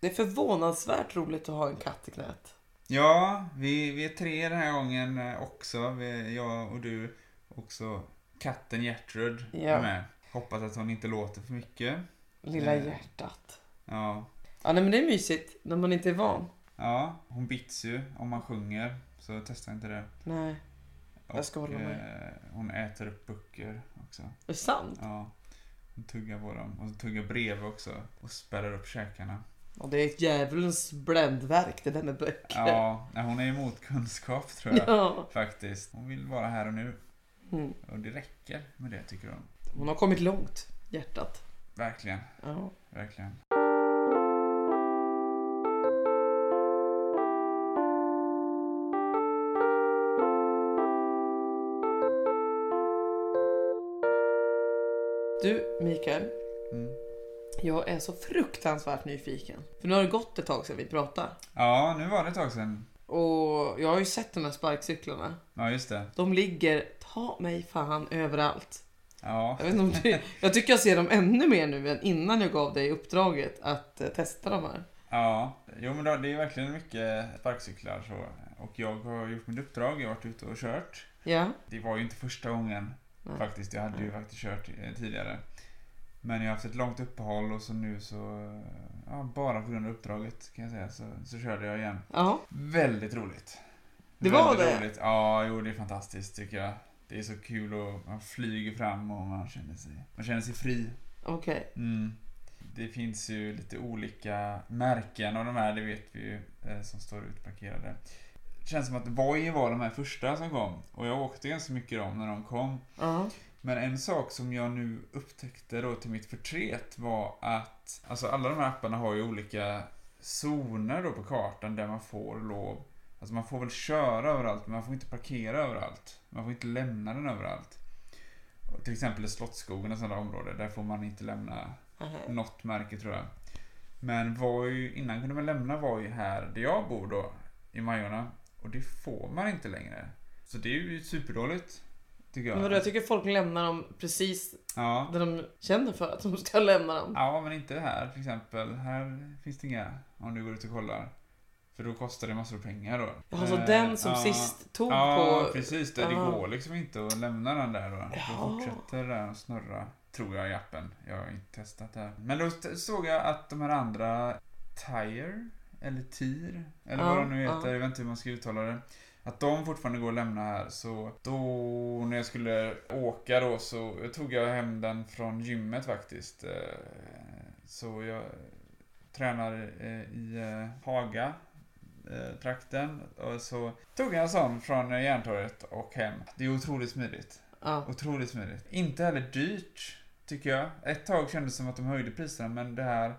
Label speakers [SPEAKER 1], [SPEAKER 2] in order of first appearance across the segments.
[SPEAKER 1] Det är förvånansvärt roligt att ha en katt i knät.
[SPEAKER 2] Ja, vi, vi är tre den här gången eh, också. Vi, jag och du. Också katten Gertrud
[SPEAKER 1] Ja.
[SPEAKER 2] är med. Hoppas att hon inte låter för mycket.
[SPEAKER 1] Lilla
[SPEAKER 2] Mm.
[SPEAKER 1] hjärtat.
[SPEAKER 2] Ja.
[SPEAKER 1] Ja, nej, men det är mysigt när man inte är van.
[SPEAKER 2] ja, hon bits ju om man sjunger. Så testa inte det.
[SPEAKER 1] Nej, Jag ska hålla
[SPEAKER 2] eh, hon äter upp böcker också.
[SPEAKER 1] det är sant.
[SPEAKER 2] Ja. Hon tuggar på dem. Och så tuggar brev också. Och spärrar upp käkarna.
[SPEAKER 1] Och det är ett djävulens bländverk det där med böcker.
[SPEAKER 2] Ja, nej, hon är emot kunskap tror jag.
[SPEAKER 1] Ja.
[SPEAKER 2] Faktiskt. Hon vill vara här och nu.
[SPEAKER 1] Mm.
[SPEAKER 2] Och det räcker med det tycker hon.
[SPEAKER 1] Hon har kommit långt, hjärtat.
[SPEAKER 2] Verkligen,
[SPEAKER 1] Ja.
[SPEAKER 2] verkligen.
[SPEAKER 1] Du, Mikael.
[SPEAKER 2] Mm.
[SPEAKER 1] Jag är så fruktansvärt nyfiken. För nu har det gått ett tag sedan vi pratade.
[SPEAKER 2] Ja, nu var det ett tag sedan.
[SPEAKER 1] Och jag har ju sett de här sparkcyklarna.
[SPEAKER 2] Ja, just det.
[SPEAKER 1] De ligger, ta mig fan, överallt.
[SPEAKER 2] Ja,
[SPEAKER 1] Jag, vet inte om du, jag tycker jag ser dem ännu mer nu än innan jag gav dig uppdraget att eh, testa de här.
[SPEAKER 2] ja. Jo, men då, det är verkligen mycket sparkcyklar så. Och jag har gjort mitt uppdrag, jag har varit ute och kört.
[SPEAKER 1] Ja.
[SPEAKER 2] Det var ju inte första gången
[SPEAKER 1] Nej. Mm.
[SPEAKER 2] faktiskt, jag hade ju faktiskt kört eh, tidigare. Men jag har haft ett långt uppehåll och så nu så, eh, ja, bara på grund av uppdraget kan jag säga, så, så körde jag igen.
[SPEAKER 1] Ja.
[SPEAKER 2] Väldigt roligt.
[SPEAKER 1] Det var
[SPEAKER 2] Väldigt
[SPEAKER 1] det?
[SPEAKER 2] Roligt. Ja, jo det är fantastiskt tycker jag. Det är så kul och man flyger fram och man känner sig, man känner sig fri.
[SPEAKER 1] Okej.
[SPEAKER 2] Mm. Det finns ju lite olika märken av de här, det vet vi ju, eh, som står utparkerade. Det känns som att Voi var de här första som kom och jag åkte ganska mycket dem när de kom.
[SPEAKER 1] Ja.
[SPEAKER 2] Men en sak som jag nu upptäckte då till mitt förtret var att alltså alla de här apparna har ju olika zoner då på kartan där man får lov. Alltså man får väl köra överallt men man får inte parkera överallt. Man får inte lämna den överallt. Och till exempel i Slottsskogen och sådana områden, där får man inte lämna
[SPEAKER 1] Aha.
[SPEAKER 2] något märke tror jag. Men var ju, innan kunde man lämna var ju här där jag bor då, i Majorna. Och det får man inte längre. Så det är ju superdåligt. Tycker jag.
[SPEAKER 1] Men vadå, jag tycker folk lämnar dem precis
[SPEAKER 2] Ja.
[SPEAKER 1] där de känner för att de ska lämna dem.
[SPEAKER 2] ja, men inte här till exempel. Här finns det inga, om du går ut och kollar. För då kostar det massor av pengar då.
[SPEAKER 1] Alltså
[SPEAKER 2] Eh,
[SPEAKER 1] den som
[SPEAKER 2] ja.
[SPEAKER 1] sist tog
[SPEAKER 2] Ja,
[SPEAKER 1] på...
[SPEAKER 2] precis. Det, det
[SPEAKER 1] Ja.
[SPEAKER 2] går liksom inte att lämna den där då.
[SPEAKER 1] Ja.
[SPEAKER 2] Då fortsätter den att snurra, tror jag, i appen. Jag har inte testat det. här. Men då t- såg jag att de här andra Tire, eller TIR, eller
[SPEAKER 1] Ja,
[SPEAKER 2] vad de nu
[SPEAKER 1] ja.
[SPEAKER 2] heter, jag vet inte hur man ska uttala det. Att de fortfarande går att lämna här, så då när jag skulle åka då så tog jag hem den från gymmet faktiskt. Eh, Så jag tränar eh, i eh, Haga, eh, trakten. Och så tog jag en sån från eh, Järntorget och hem. Det är otroligt smidigt.
[SPEAKER 1] Ja.
[SPEAKER 2] Otroligt smidigt. Inte heller dyrt, tycker jag. Ett tag kändes det som att de höjde priserna, men det här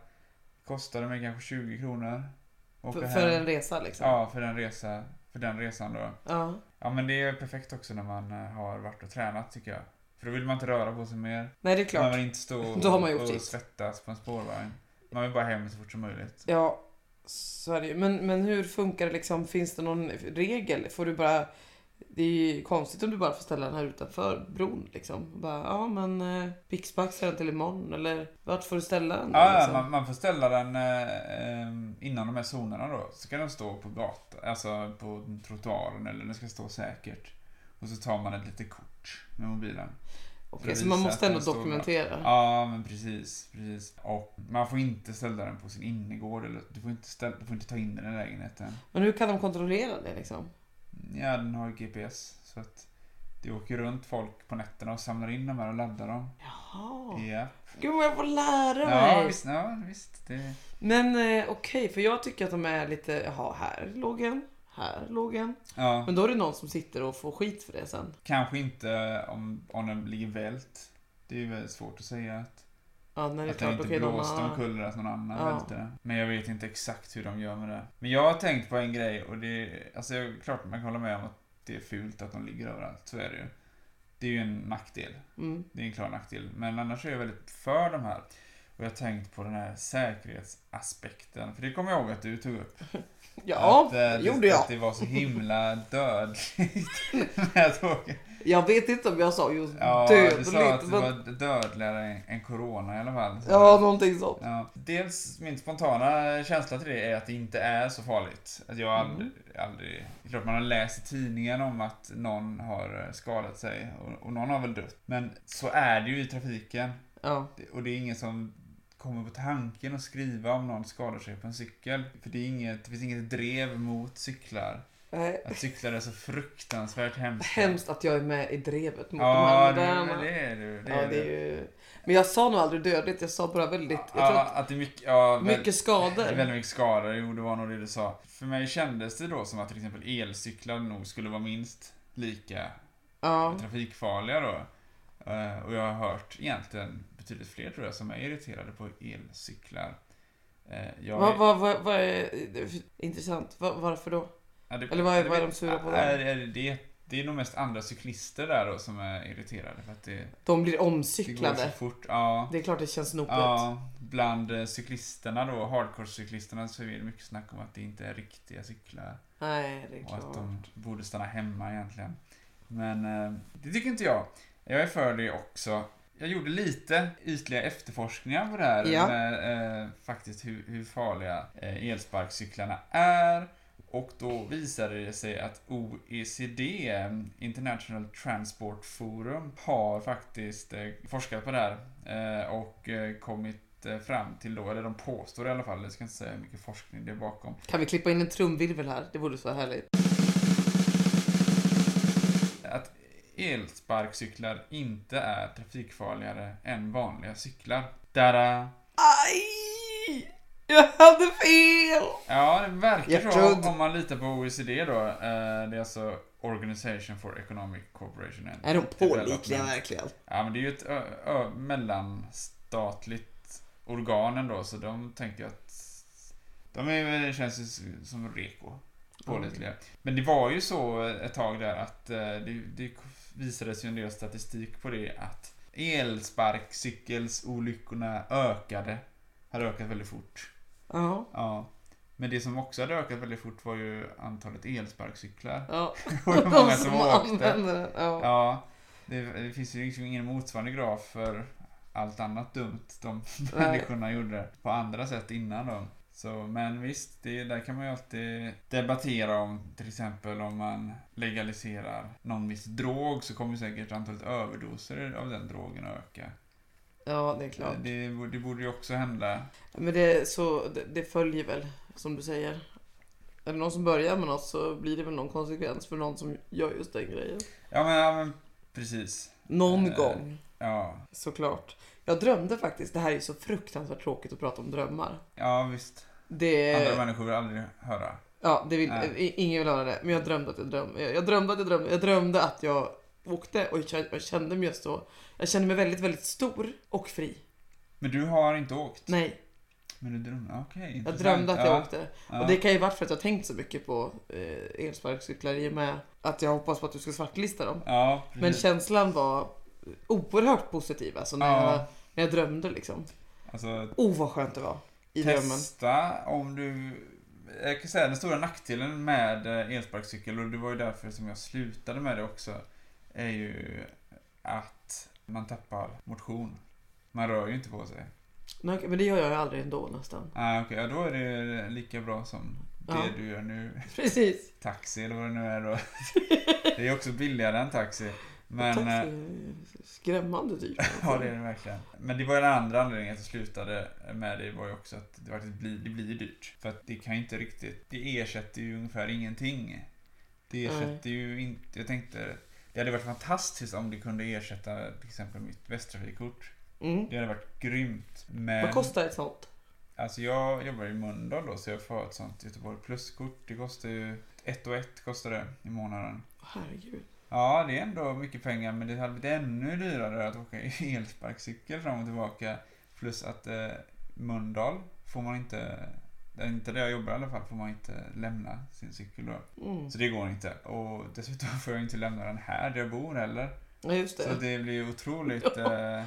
[SPEAKER 2] kostade mig kanske 20 kronor. Åka
[SPEAKER 1] För,
[SPEAKER 2] hem.
[SPEAKER 1] för en resa liksom.
[SPEAKER 2] Ja, för den, resa, för den resan då.
[SPEAKER 1] Ja.
[SPEAKER 2] Ja, men det är perfekt också när man eh, har varit och tränat, tycker jag. För då vill man inte röra på sig mer.
[SPEAKER 1] Nej, det är klart.
[SPEAKER 2] Man vill inte stå
[SPEAKER 1] Då har man gjort
[SPEAKER 2] och
[SPEAKER 1] sitt.
[SPEAKER 2] svettas på en spårvagn. Man vill bara hem så fort som möjligt.
[SPEAKER 1] Ja, så är det ju. Men, men hur funkar det liksom? Finns det någon regel? Får du bara... Det är ju konstigt om du bara får ställa den här utanför bron liksom. Bara, ja men eh, Pixpax är den till imorgon eller vart får du ställa den? då,
[SPEAKER 2] Ja, ja
[SPEAKER 1] liksom?
[SPEAKER 2] man, man får ställa den eh, ehm, innan de här zonerna då. Så kan den stå på gatan, alltså på trottoaren eller den ska stå säkert. Och så tar man ett litet kort med mobilen.
[SPEAKER 1] Okej,
[SPEAKER 2] för att
[SPEAKER 1] så man
[SPEAKER 2] visa
[SPEAKER 1] måste
[SPEAKER 2] att
[SPEAKER 1] ändå
[SPEAKER 2] den står där.
[SPEAKER 1] dokumentera.
[SPEAKER 2] Ja, men precis, precis. Och man får inte ställa den på sin innergård eller du får inte, ställa, du får inte ta in den i lägenheten.
[SPEAKER 1] Men hur kan de kontrollera det liksom?
[SPEAKER 2] Ja, den har ju GPS så att det åker runt folk på nätterna och samlar in de här och laddar dem.
[SPEAKER 1] Jaha.
[SPEAKER 2] Ja,
[SPEAKER 1] Gud vad jag får lära
[SPEAKER 2] ja
[SPEAKER 1] mig.
[SPEAKER 2] visst. Ja, visst det,
[SPEAKER 1] men eh, okej, för jag tycker att de är lite, jaha här låg en, här låg en.
[SPEAKER 2] ja.
[SPEAKER 1] Men då är det någon som sitter och får skit för det sen.
[SPEAKER 2] Kanske inte om, om den ligger vält. Det är ju väldigt svårt att säga att,
[SPEAKER 1] Ja, när det är
[SPEAKER 2] att den
[SPEAKER 1] klart.
[SPEAKER 2] inte
[SPEAKER 1] Okej, de
[SPEAKER 2] blåste
[SPEAKER 1] har-
[SPEAKER 2] omkull eller att någon annan
[SPEAKER 1] Ja.
[SPEAKER 2] välte den. Men jag vet inte exakt hur de gör med det. Men jag har tänkt på en grej och det är, alltså jag, klart man kan hålla med om att det är fult att de ligger överallt. Så är det ju. Det är ju en nackdel.
[SPEAKER 1] Mm.
[SPEAKER 2] Det är en klar nackdel. Men annars är jag väldigt för de här. Och jag har tänkt på den här säkerhetsaspekten. För det kommer jag ihåg att du tog upp.
[SPEAKER 1] Ja,
[SPEAKER 2] att, eh, det
[SPEAKER 1] det gjorde jag.
[SPEAKER 2] Att det var så himla dödligt. när tåget.
[SPEAKER 1] Jag vet inte om jag sa just
[SPEAKER 2] Ja, du
[SPEAKER 1] dödligt.
[SPEAKER 2] sa att det
[SPEAKER 1] men...
[SPEAKER 2] var dödligare än- än corona i alla fall. Så-
[SPEAKER 1] Ja, någonting sånt.
[SPEAKER 2] Ja. Dels min spontana känsla till det är att det inte är så farligt. Att jag
[SPEAKER 1] Mm.
[SPEAKER 2] aldrig, aldrig... Det är klart man har läst i tidningen om att någon har eh, skadat sig och, och någon har väl dött. Men så är det ju i trafiken.
[SPEAKER 1] Ja.
[SPEAKER 2] Och det är ingen som kommer på tanken att skriva om någon skadar sig på en cykel. För det, är inget, det finns inget drev mot cyklar.
[SPEAKER 1] Nej,
[SPEAKER 2] Att cyklar är så fruktansvärt hemskt.
[SPEAKER 1] Eh, Hemskt att jag är med i drevet mot de
[SPEAKER 2] Ja,
[SPEAKER 1] här
[SPEAKER 2] det,
[SPEAKER 1] moderna.
[SPEAKER 2] det är du. Det
[SPEAKER 1] ja,
[SPEAKER 2] är
[SPEAKER 1] det är
[SPEAKER 2] du.
[SPEAKER 1] ju... Men jag sa nog aldrig dödligt, jag sa bara väldigt... Jag tror
[SPEAKER 2] Ja,
[SPEAKER 1] att
[SPEAKER 2] att det är mycket... Ja, väl-
[SPEAKER 1] mycket skador.
[SPEAKER 2] Väldigt mycket skador, jo det var nog det du sa. För mig kändes det då som att till exempel elcyklar nog skulle vara minst lika
[SPEAKER 1] Ja.
[SPEAKER 2] trafikfarliga då. Eh, Och jag har hört egentligen betydligt fler tror jag som är irriterade på elcyklar. Eh, Jag
[SPEAKER 1] Vad vad- vad- vad är... det är Intressant. Va- Varför då?
[SPEAKER 2] ja, det-
[SPEAKER 1] eller vad är-
[SPEAKER 2] det
[SPEAKER 1] vad är
[SPEAKER 2] vet-
[SPEAKER 1] de sura på då?
[SPEAKER 2] är- är det- det, det är nog mest andra cyklister där då som är irriterade för att det,
[SPEAKER 1] De blir
[SPEAKER 2] det går så
[SPEAKER 1] omcyklade.
[SPEAKER 2] fort. Ja.
[SPEAKER 1] Det är klart det känns snopet.
[SPEAKER 2] Ja, bland eh, cyklisterna då, hardcore-cyklisterna så är det mycket snack om att det inte är riktiga cyklar.
[SPEAKER 1] Nej, det är
[SPEAKER 2] Och att
[SPEAKER 1] klart.
[SPEAKER 2] de borde stanna hemma egentligen. Men eh, det tycker inte jag. Jag är för det också. Jag gjorde lite ytliga efterforskningar på det här
[SPEAKER 1] Ja.
[SPEAKER 2] med eh, faktiskt hur, hur farliga eh, elsparkcyklarna är. Och då visade det sig att OECD, International Transport Forum, har faktiskt eh, forskat på det här eh, och eh, kommit eh, fram till då, eller de påstår i alla fall, jag ska inte säga hur mycket forskning det är bakom,
[SPEAKER 1] Kan vi klippa in en trumvirvel här? Det vore så härligt.
[SPEAKER 2] att elsparkcyklar inte är trafikfarligare än vanliga cyklar. äh, Dada!
[SPEAKER 1] Aj! Jag hade fel!
[SPEAKER 2] Ja, det verkar
[SPEAKER 1] Jag
[SPEAKER 2] så
[SPEAKER 1] trodde-
[SPEAKER 2] om man litar på OECD då. Eh, Det är alltså Organization for Economic Cooperation and
[SPEAKER 1] Är de pålitliga
[SPEAKER 2] Development.
[SPEAKER 1] verkligen?
[SPEAKER 2] Ja, men det är ju ett ö- ö- mellanstatligt organ ändå, så de tänker jag att... De är, känns ju som reko. Pålitliga. Men det var ju så ett tag där att eh, det, det visades ju en del statistik på det att elsparkcykelsolyckorna ökade. Hade ökat väldigt fort.
[SPEAKER 1] Ja.
[SPEAKER 2] Ja. Men det som också hade ökat väldigt fort var ju antalet elsparkcyklar.
[SPEAKER 1] Ja.
[SPEAKER 2] Och hur många
[SPEAKER 1] som
[SPEAKER 2] som åkte.
[SPEAKER 1] använder den. Ja.
[SPEAKER 2] Ja. Det, det finns ju liksom ingen motsvarande graf för allt annat dumt de
[SPEAKER 1] Nej.
[SPEAKER 2] människorna gjorde på andra sätt innan då. Så, men visst, det, där kan man ju alltid debattera om till exempel om man legaliserar någon viss drog så kommer säkert antalet överdoser av den drogen att öka.
[SPEAKER 1] ja, det är klart.
[SPEAKER 2] Det, borde- det borde ju också hända.
[SPEAKER 1] Men det, är så, det, det följer väl, som du säger. Är det någon som börjar med något så blir det väl någon konsekvens för någon som gör just den grejen.
[SPEAKER 2] Ja men, ja, men precis.
[SPEAKER 1] Någon
[SPEAKER 2] Eh.
[SPEAKER 1] gång,
[SPEAKER 2] Ja,
[SPEAKER 1] såklart. Jag drömde faktiskt, det här är ju så fruktansvärt tråkigt att prata om drömmar.
[SPEAKER 2] ja visst.
[SPEAKER 1] Det,
[SPEAKER 2] Andra människor vill aldrig höra.
[SPEAKER 1] ja, det vill,
[SPEAKER 2] Nej.
[SPEAKER 1] i- ingen vill höra det, men jag drömde att jag drömde. Jag, jag drömde att jag drömde, jag drömde att jag åkte och jag kände- jag kände mig just så. Jag kände mig väldigt, väldigt stor och fri.
[SPEAKER 2] Men du har inte åkt?
[SPEAKER 1] Nej,
[SPEAKER 2] Men du drömde? Okej,
[SPEAKER 1] Jag
[SPEAKER 2] intressant.
[SPEAKER 1] drömde att jag
[SPEAKER 2] Ja,
[SPEAKER 1] åkte.
[SPEAKER 2] ja.
[SPEAKER 1] Och det kan ju vara för att jag har tänkt så mycket på eh, elsparkcyklar i och med att jag hoppas på att du ska svartlista dem.
[SPEAKER 2] Ja, precis.
[SPEAKER 1] Men känslan var oerhört positiv alltså när,
[SPEAKER 2] Ja.
[SPEAKER 1] jag, när jag drömde liksom.
[SPEAKER 2] Alltså,
[SPEAKER 1] Oh vad skönt det var i drömmen.
[SPEAKER 2] testa om du... Jag kan säga den stora nackdelen med eh, elsparkcykel, och det var ju därför som jag slutade med det också, är ju att man tappar motion. Man rör ju inte på sig.
[SPEAKER 1] Men, okej, men det gör jag ju aldrig ändå nästan.
[SPEAKER 2] Ah, okay, ja, då är det lika bra som det
[SPEAKER 1] Ja.
[SPEAKER 2] du gör nu.
[SPEAKER 1] Precis.
[SPEAKER 2] Taxi eller vad det nu är då. det är också billigare än taxi. Men,
[SPEAKER 1] Tack
[SPEAKER 2] eh,
[SPEAKER 1] så- Skrämmande typ.
[SPEAKER 2] Ja, det är det verkligen. Men det var ju den andra anledningen att jag slutade med det var ju också att det faktiskt blir, det blir dyrt. För att det kan ju inte riktigt, det ersätter ju ungefär ingenting. Det
[SPEAKER 1] Nej.
[SPEAKER 2] ersätter ju inte, jag tänkte, det hade varit fantastiskt om det kunde ersätta till exempel mitt Västtrafikkort.
[SPEAKER 1] Mm.
[SPEAKER 2] Det hade varit grymt. Men,
[SPEAKER 1] Vad kostar ett sånt?
[SPEAKER 2] Alltså jag jobbar i Mölndal då så jag får ett sånt Göteborg Plus-kort. Det kostar ju, ett och ett kostar det i månaden.
[SPEAKER 1] Herregud.
[SPEAKER 2] Ja, det är ändå mycket pengar, men det hade blivit ännu dyrare att åka elsparkcykel fram och tillbaka. Plus att eh, Mölndal får man inte, det är inte där jag jobbar i alla fall, får man inte lämna sin cykel då.
[SPEAKER 1] Mm.
[SPEAKER 2] Så det går inte. Och dessutom får jag inte lämna den här där jag bor heller.
[SPEAKER 1] Ja just
[SPEAKER 2] Så
[SPEAKER 1] det.
[SPEAKER 2] det blir ju otroligt... Eh,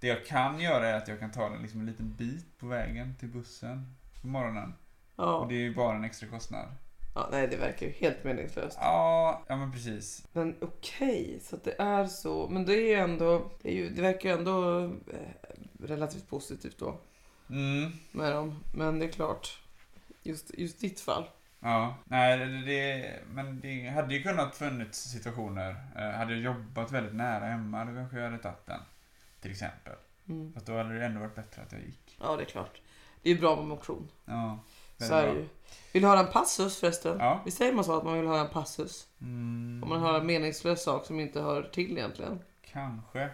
[SPEAKER 2] Det jag kan göra är att jag kan ta den liksom en liten bit på vägen till bussen på morgonen. Och
[SPEAKER 1] Ja.
[SPEAKER 2] det är ju bara en extra kostnad.
[SPEAKER 1] ja. Nej, det verkar ju helt meningslöst.
[SPEAKER 2] Ja, ja men precis.
[SPEAKER 1] Men okej, så att det är så. Men det är ju ändå, det, är ju, det verkar ju ändå eh, relativt positivt då
[SPEAKER 2] Mm.
[SPEAKER 1] med dem. Men det är klart, just, just ditt fall.
[SPEAKER 2] Ja, nej, det, det, men det hade ju kunnat funnits situationer. Eh, hade jag jobbat väldigt nära hemma, då kanske jag hade tagit den. Till exempel.
[SPEAKER 1] Mm.
[SPEAKER 2] Fast då hade det ändå varit bättre att jag gick.
[SPEAKER 1] Ja, det är klart. Det är ju bra med motion.
[SPEAKER 2] Ja,
[SPEAKER 1] Så är det ju. Vill du höra en passus förresten?
[SPEAKER 2] Ja.
[SPEAKER 1] Visst säger man så att man vill höra en passus?
[SPEAKER 2] Mm,
[SPEAKER 1] Om man hör en meningslös sak som inte hör till egentligen.
[SPEAKER 2] Kanske.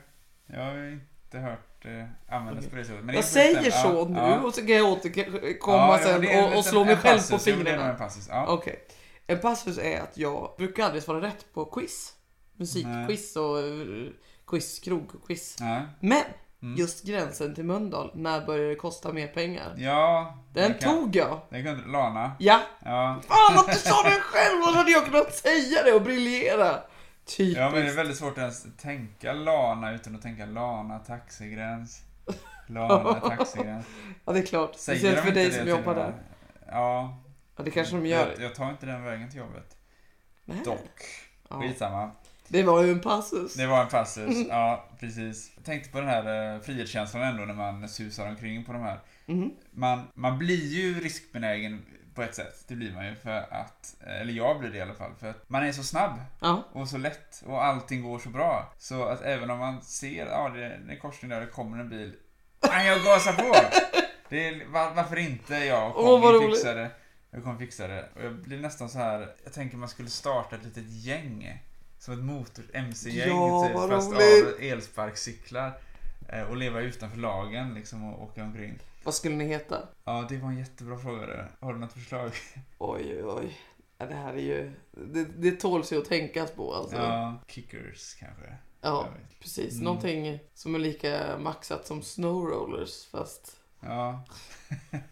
[SPEAKER 2] Jag har ju inte hört eh, användas
[SPEAKER 1] Okej.
[SPEAKER 2] på det sättet. Men det
[SPEAKER 1] jag
[SPEAKER 2] är förresten-
[SPEAKER 1] säger så
[SPEAKER 2] ja,
[SPEAKER 1] nu
[SPEAKER 2] ja.
[SPEAKER 1] och så kan jag återkomma
[SPEAKER 2] Ja, ja,
[SPEAKER 1] sen
[SPEAKER 2] det är en
[SPEAKER 1] och, och
[SPEAKER 2] liten-
[SPEAKER 1] slå mig
[SPEAKER 2] en
[SPEAKER 1] själv på
[SPEAKER 2] passus. Jo, men det är nog
[SPEAKER 1] fingrarna.
[SPEAKER 2] en passus. Ja.
[SPEAKER 1] Okej. En passus är att jag brukar aldrig svara rätt på quiz. Musikquiz och eh, quiz, krogquiz.
[SPEAKER 2] Ja.
[SPEAKER 1] Men
[SPEAKER 2] Mm.
[SPEAKER 1] just gränsen till Mölndal, när börjar det kosta mer pengar?
[SPEAKER 2] Ja.
[SPEAKER 1] Den
[SPEAKER 2] det kan-
[SPEAKER 1] tog jag!
[SPEAKER 2] Den kunde Lana.
[SPEAKER 1] Ja!
[SPEAKER 2] Ja.
[SPEAKER 1] Fan att du sa det själv! Annars hade jag kunnat säga det och briljera! Typiskt.
[SPEAKER 2] ja, men det är väldigt svårt att ens tänka Lana utan att tänka Lana taxigräns. Lana taxigräns.
[SPEAKER 1] Ja, det är klart.
[SPEAKER 2] Säger
[SPEAKER 1] Speciellt
[SPEAKER 2] de
[SPEAKER 1] för
[SPEAKER 2] inte
[SPEAKER 1] dig
[SPEAKER 2] det
[SPEAKER 1] som
[SPEAKER 2] till
[SPEAKER 1] jobbar
[SPEAKER 2] mig?
[SPEAKER 1] där.
[SPEAKER 2] Ja.
[SPEAKER 1] Ja, det kanske de gör.
[SPEAKER 2] Jag, jag tar inte den vägen till jobbet.
[SPEAKER 1] Nej.
[SPEAKER 2] Dock.
[SPEAKER 1] Ja.
[SPEAKER 2] Skitsamma.
[SPEAKER 1] Det var ju en passus.
[SPEAKER 2] Det var en passus. Ja, precis. Jag tänkte på den här eh, frihetskänslan ändå när man susar omkring på de här.
[SPEAKER 1] Mhm.
[SPEAKER 2] Man, man blir ju riskbenägen på ett sätt. Det blir man ju för att, eller jag blir det i alla fall, för att man är så snabb
[SPEAKER 1] Ja.
[SPEAKER 2] och så lätt och allting går så bra. Så att även om man ser, ja det är en korsning där, det kommer en bil. Nej, jag gasar på! Det är, va- varför inte jag
[SPEAKER 1] Åh, vad
[SPEAKER 2] kommer
[SPEAKER 1] roligt.
[SPEAKER 2] fixa det. Jag kommer fixa det. Och jag blir nästan så här, jag tänker man skulle starta ett litet gäng. Som ett motor-mc-gäng
[SPEAKER 1] Ja,
[SPEAKER 2] typ,
[SPEAKER 1] vad
[SPEAKER 2] fast
[SPEAKER 1] roligt.
[SPEAKER 2] av elsparkcyklar. eh, Och leva utanför lagen liksom och åka omkring.
[SPEAKER 1] Vad skulle ni heta?
[SPEAKER 2] Ja, det var en jättebra fråga det. Har du något förslag?
[SPEAKER 1] Oj, oj, oj. Ja, Det här är ju... Det, det tåls ju att tänkas på alltså. Ja,
[SPEAKER 2] Ja, kickers kanske. Jag vet.
[SPEAKER 1] precis.
[SPEAKER 2] Mm.
[SPEAKER 1] Någonting som är lika maxat som snow rollers fast...
[SPEAKER 2] Ja.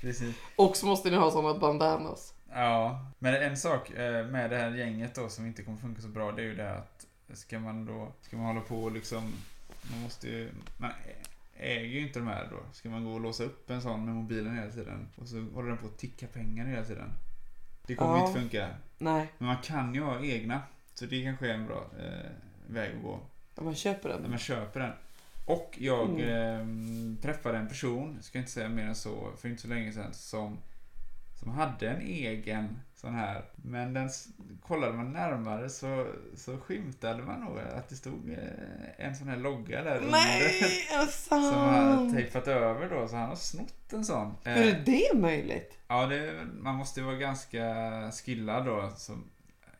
[SPEAKER 2] Precis.
[SPEAKER 1] Och så måste ni ha sådana bandanas.
[SPEAKER 2] Ja, men en sak eh, med det här gänget då som inte kommer funka så bra det är ju det här att ska man då, ska man hålla på och liksom, man måste ju, man äger ju inte de här då. Ska man gå och låsa upp en sån med mobilen hela tiden och så håller den på att ticka pengar hela tiden. Det kommer ju
[SPEAKER 1] Ja.
[SPEAKER 2] inte funka.
[SPEAKER 1] Nej,
[SPEAKER 2] Men man kan ju ha egna, så det kanske är en bra eh, väg att gå.
[SPEAKER 1] ja, man köper
[SPEAKER 2] när
[SPEAKER 1] den.
[SPEAKER 2] man köper den. Och jag
[SPEAKER 1] Mm.
[SPEAKER 2] eh, träffade en person, ska inte säga mer än så, för inte så länge sedan som, som hade en egen sån här. Men den s- kollade man närmare så, så skymtade man nog att det stod eh, en sån här logga där under.
[SPEAKER 1] Nej, är det
[SPEAKER 2] Som han
[SPEAKER 1] sant?
[SPEAKER 2] tejpat över då, så han har snott en sån.
[SPEAKER 1] Hur
[SPEAKER 2] Eh,
[SPEAKER 1] är det möjligt?
[SPEAKER 2] ja, det, man måste ju vara ganska skillad då. Som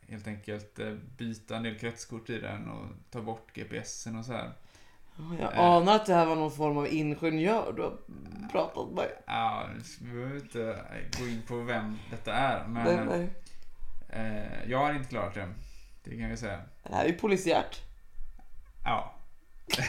[SPEAKER 2] helt enkelt eh, byta en del kretskort i den och ta bort GPSen och så här.
[SPEAKER 1] Jag
[SPEAKER 2] Eh.
[SPEAKER 1] anar att det här var någon form av ingenjör du har pratat med.
[SPEAKER 2] Ja, vi behöver inte eh, gå in på vem detta är,
[SPEAKER 1] Nej,
[SPEAKER 2] men
[SPEAKER 1] nej.
[SPEAKER 2] eh, jag har inte klarat det. Det kan vi säga.
[SPEAKER 1] Det här är ju polisiärt.
[SPEAKER 2] Ja.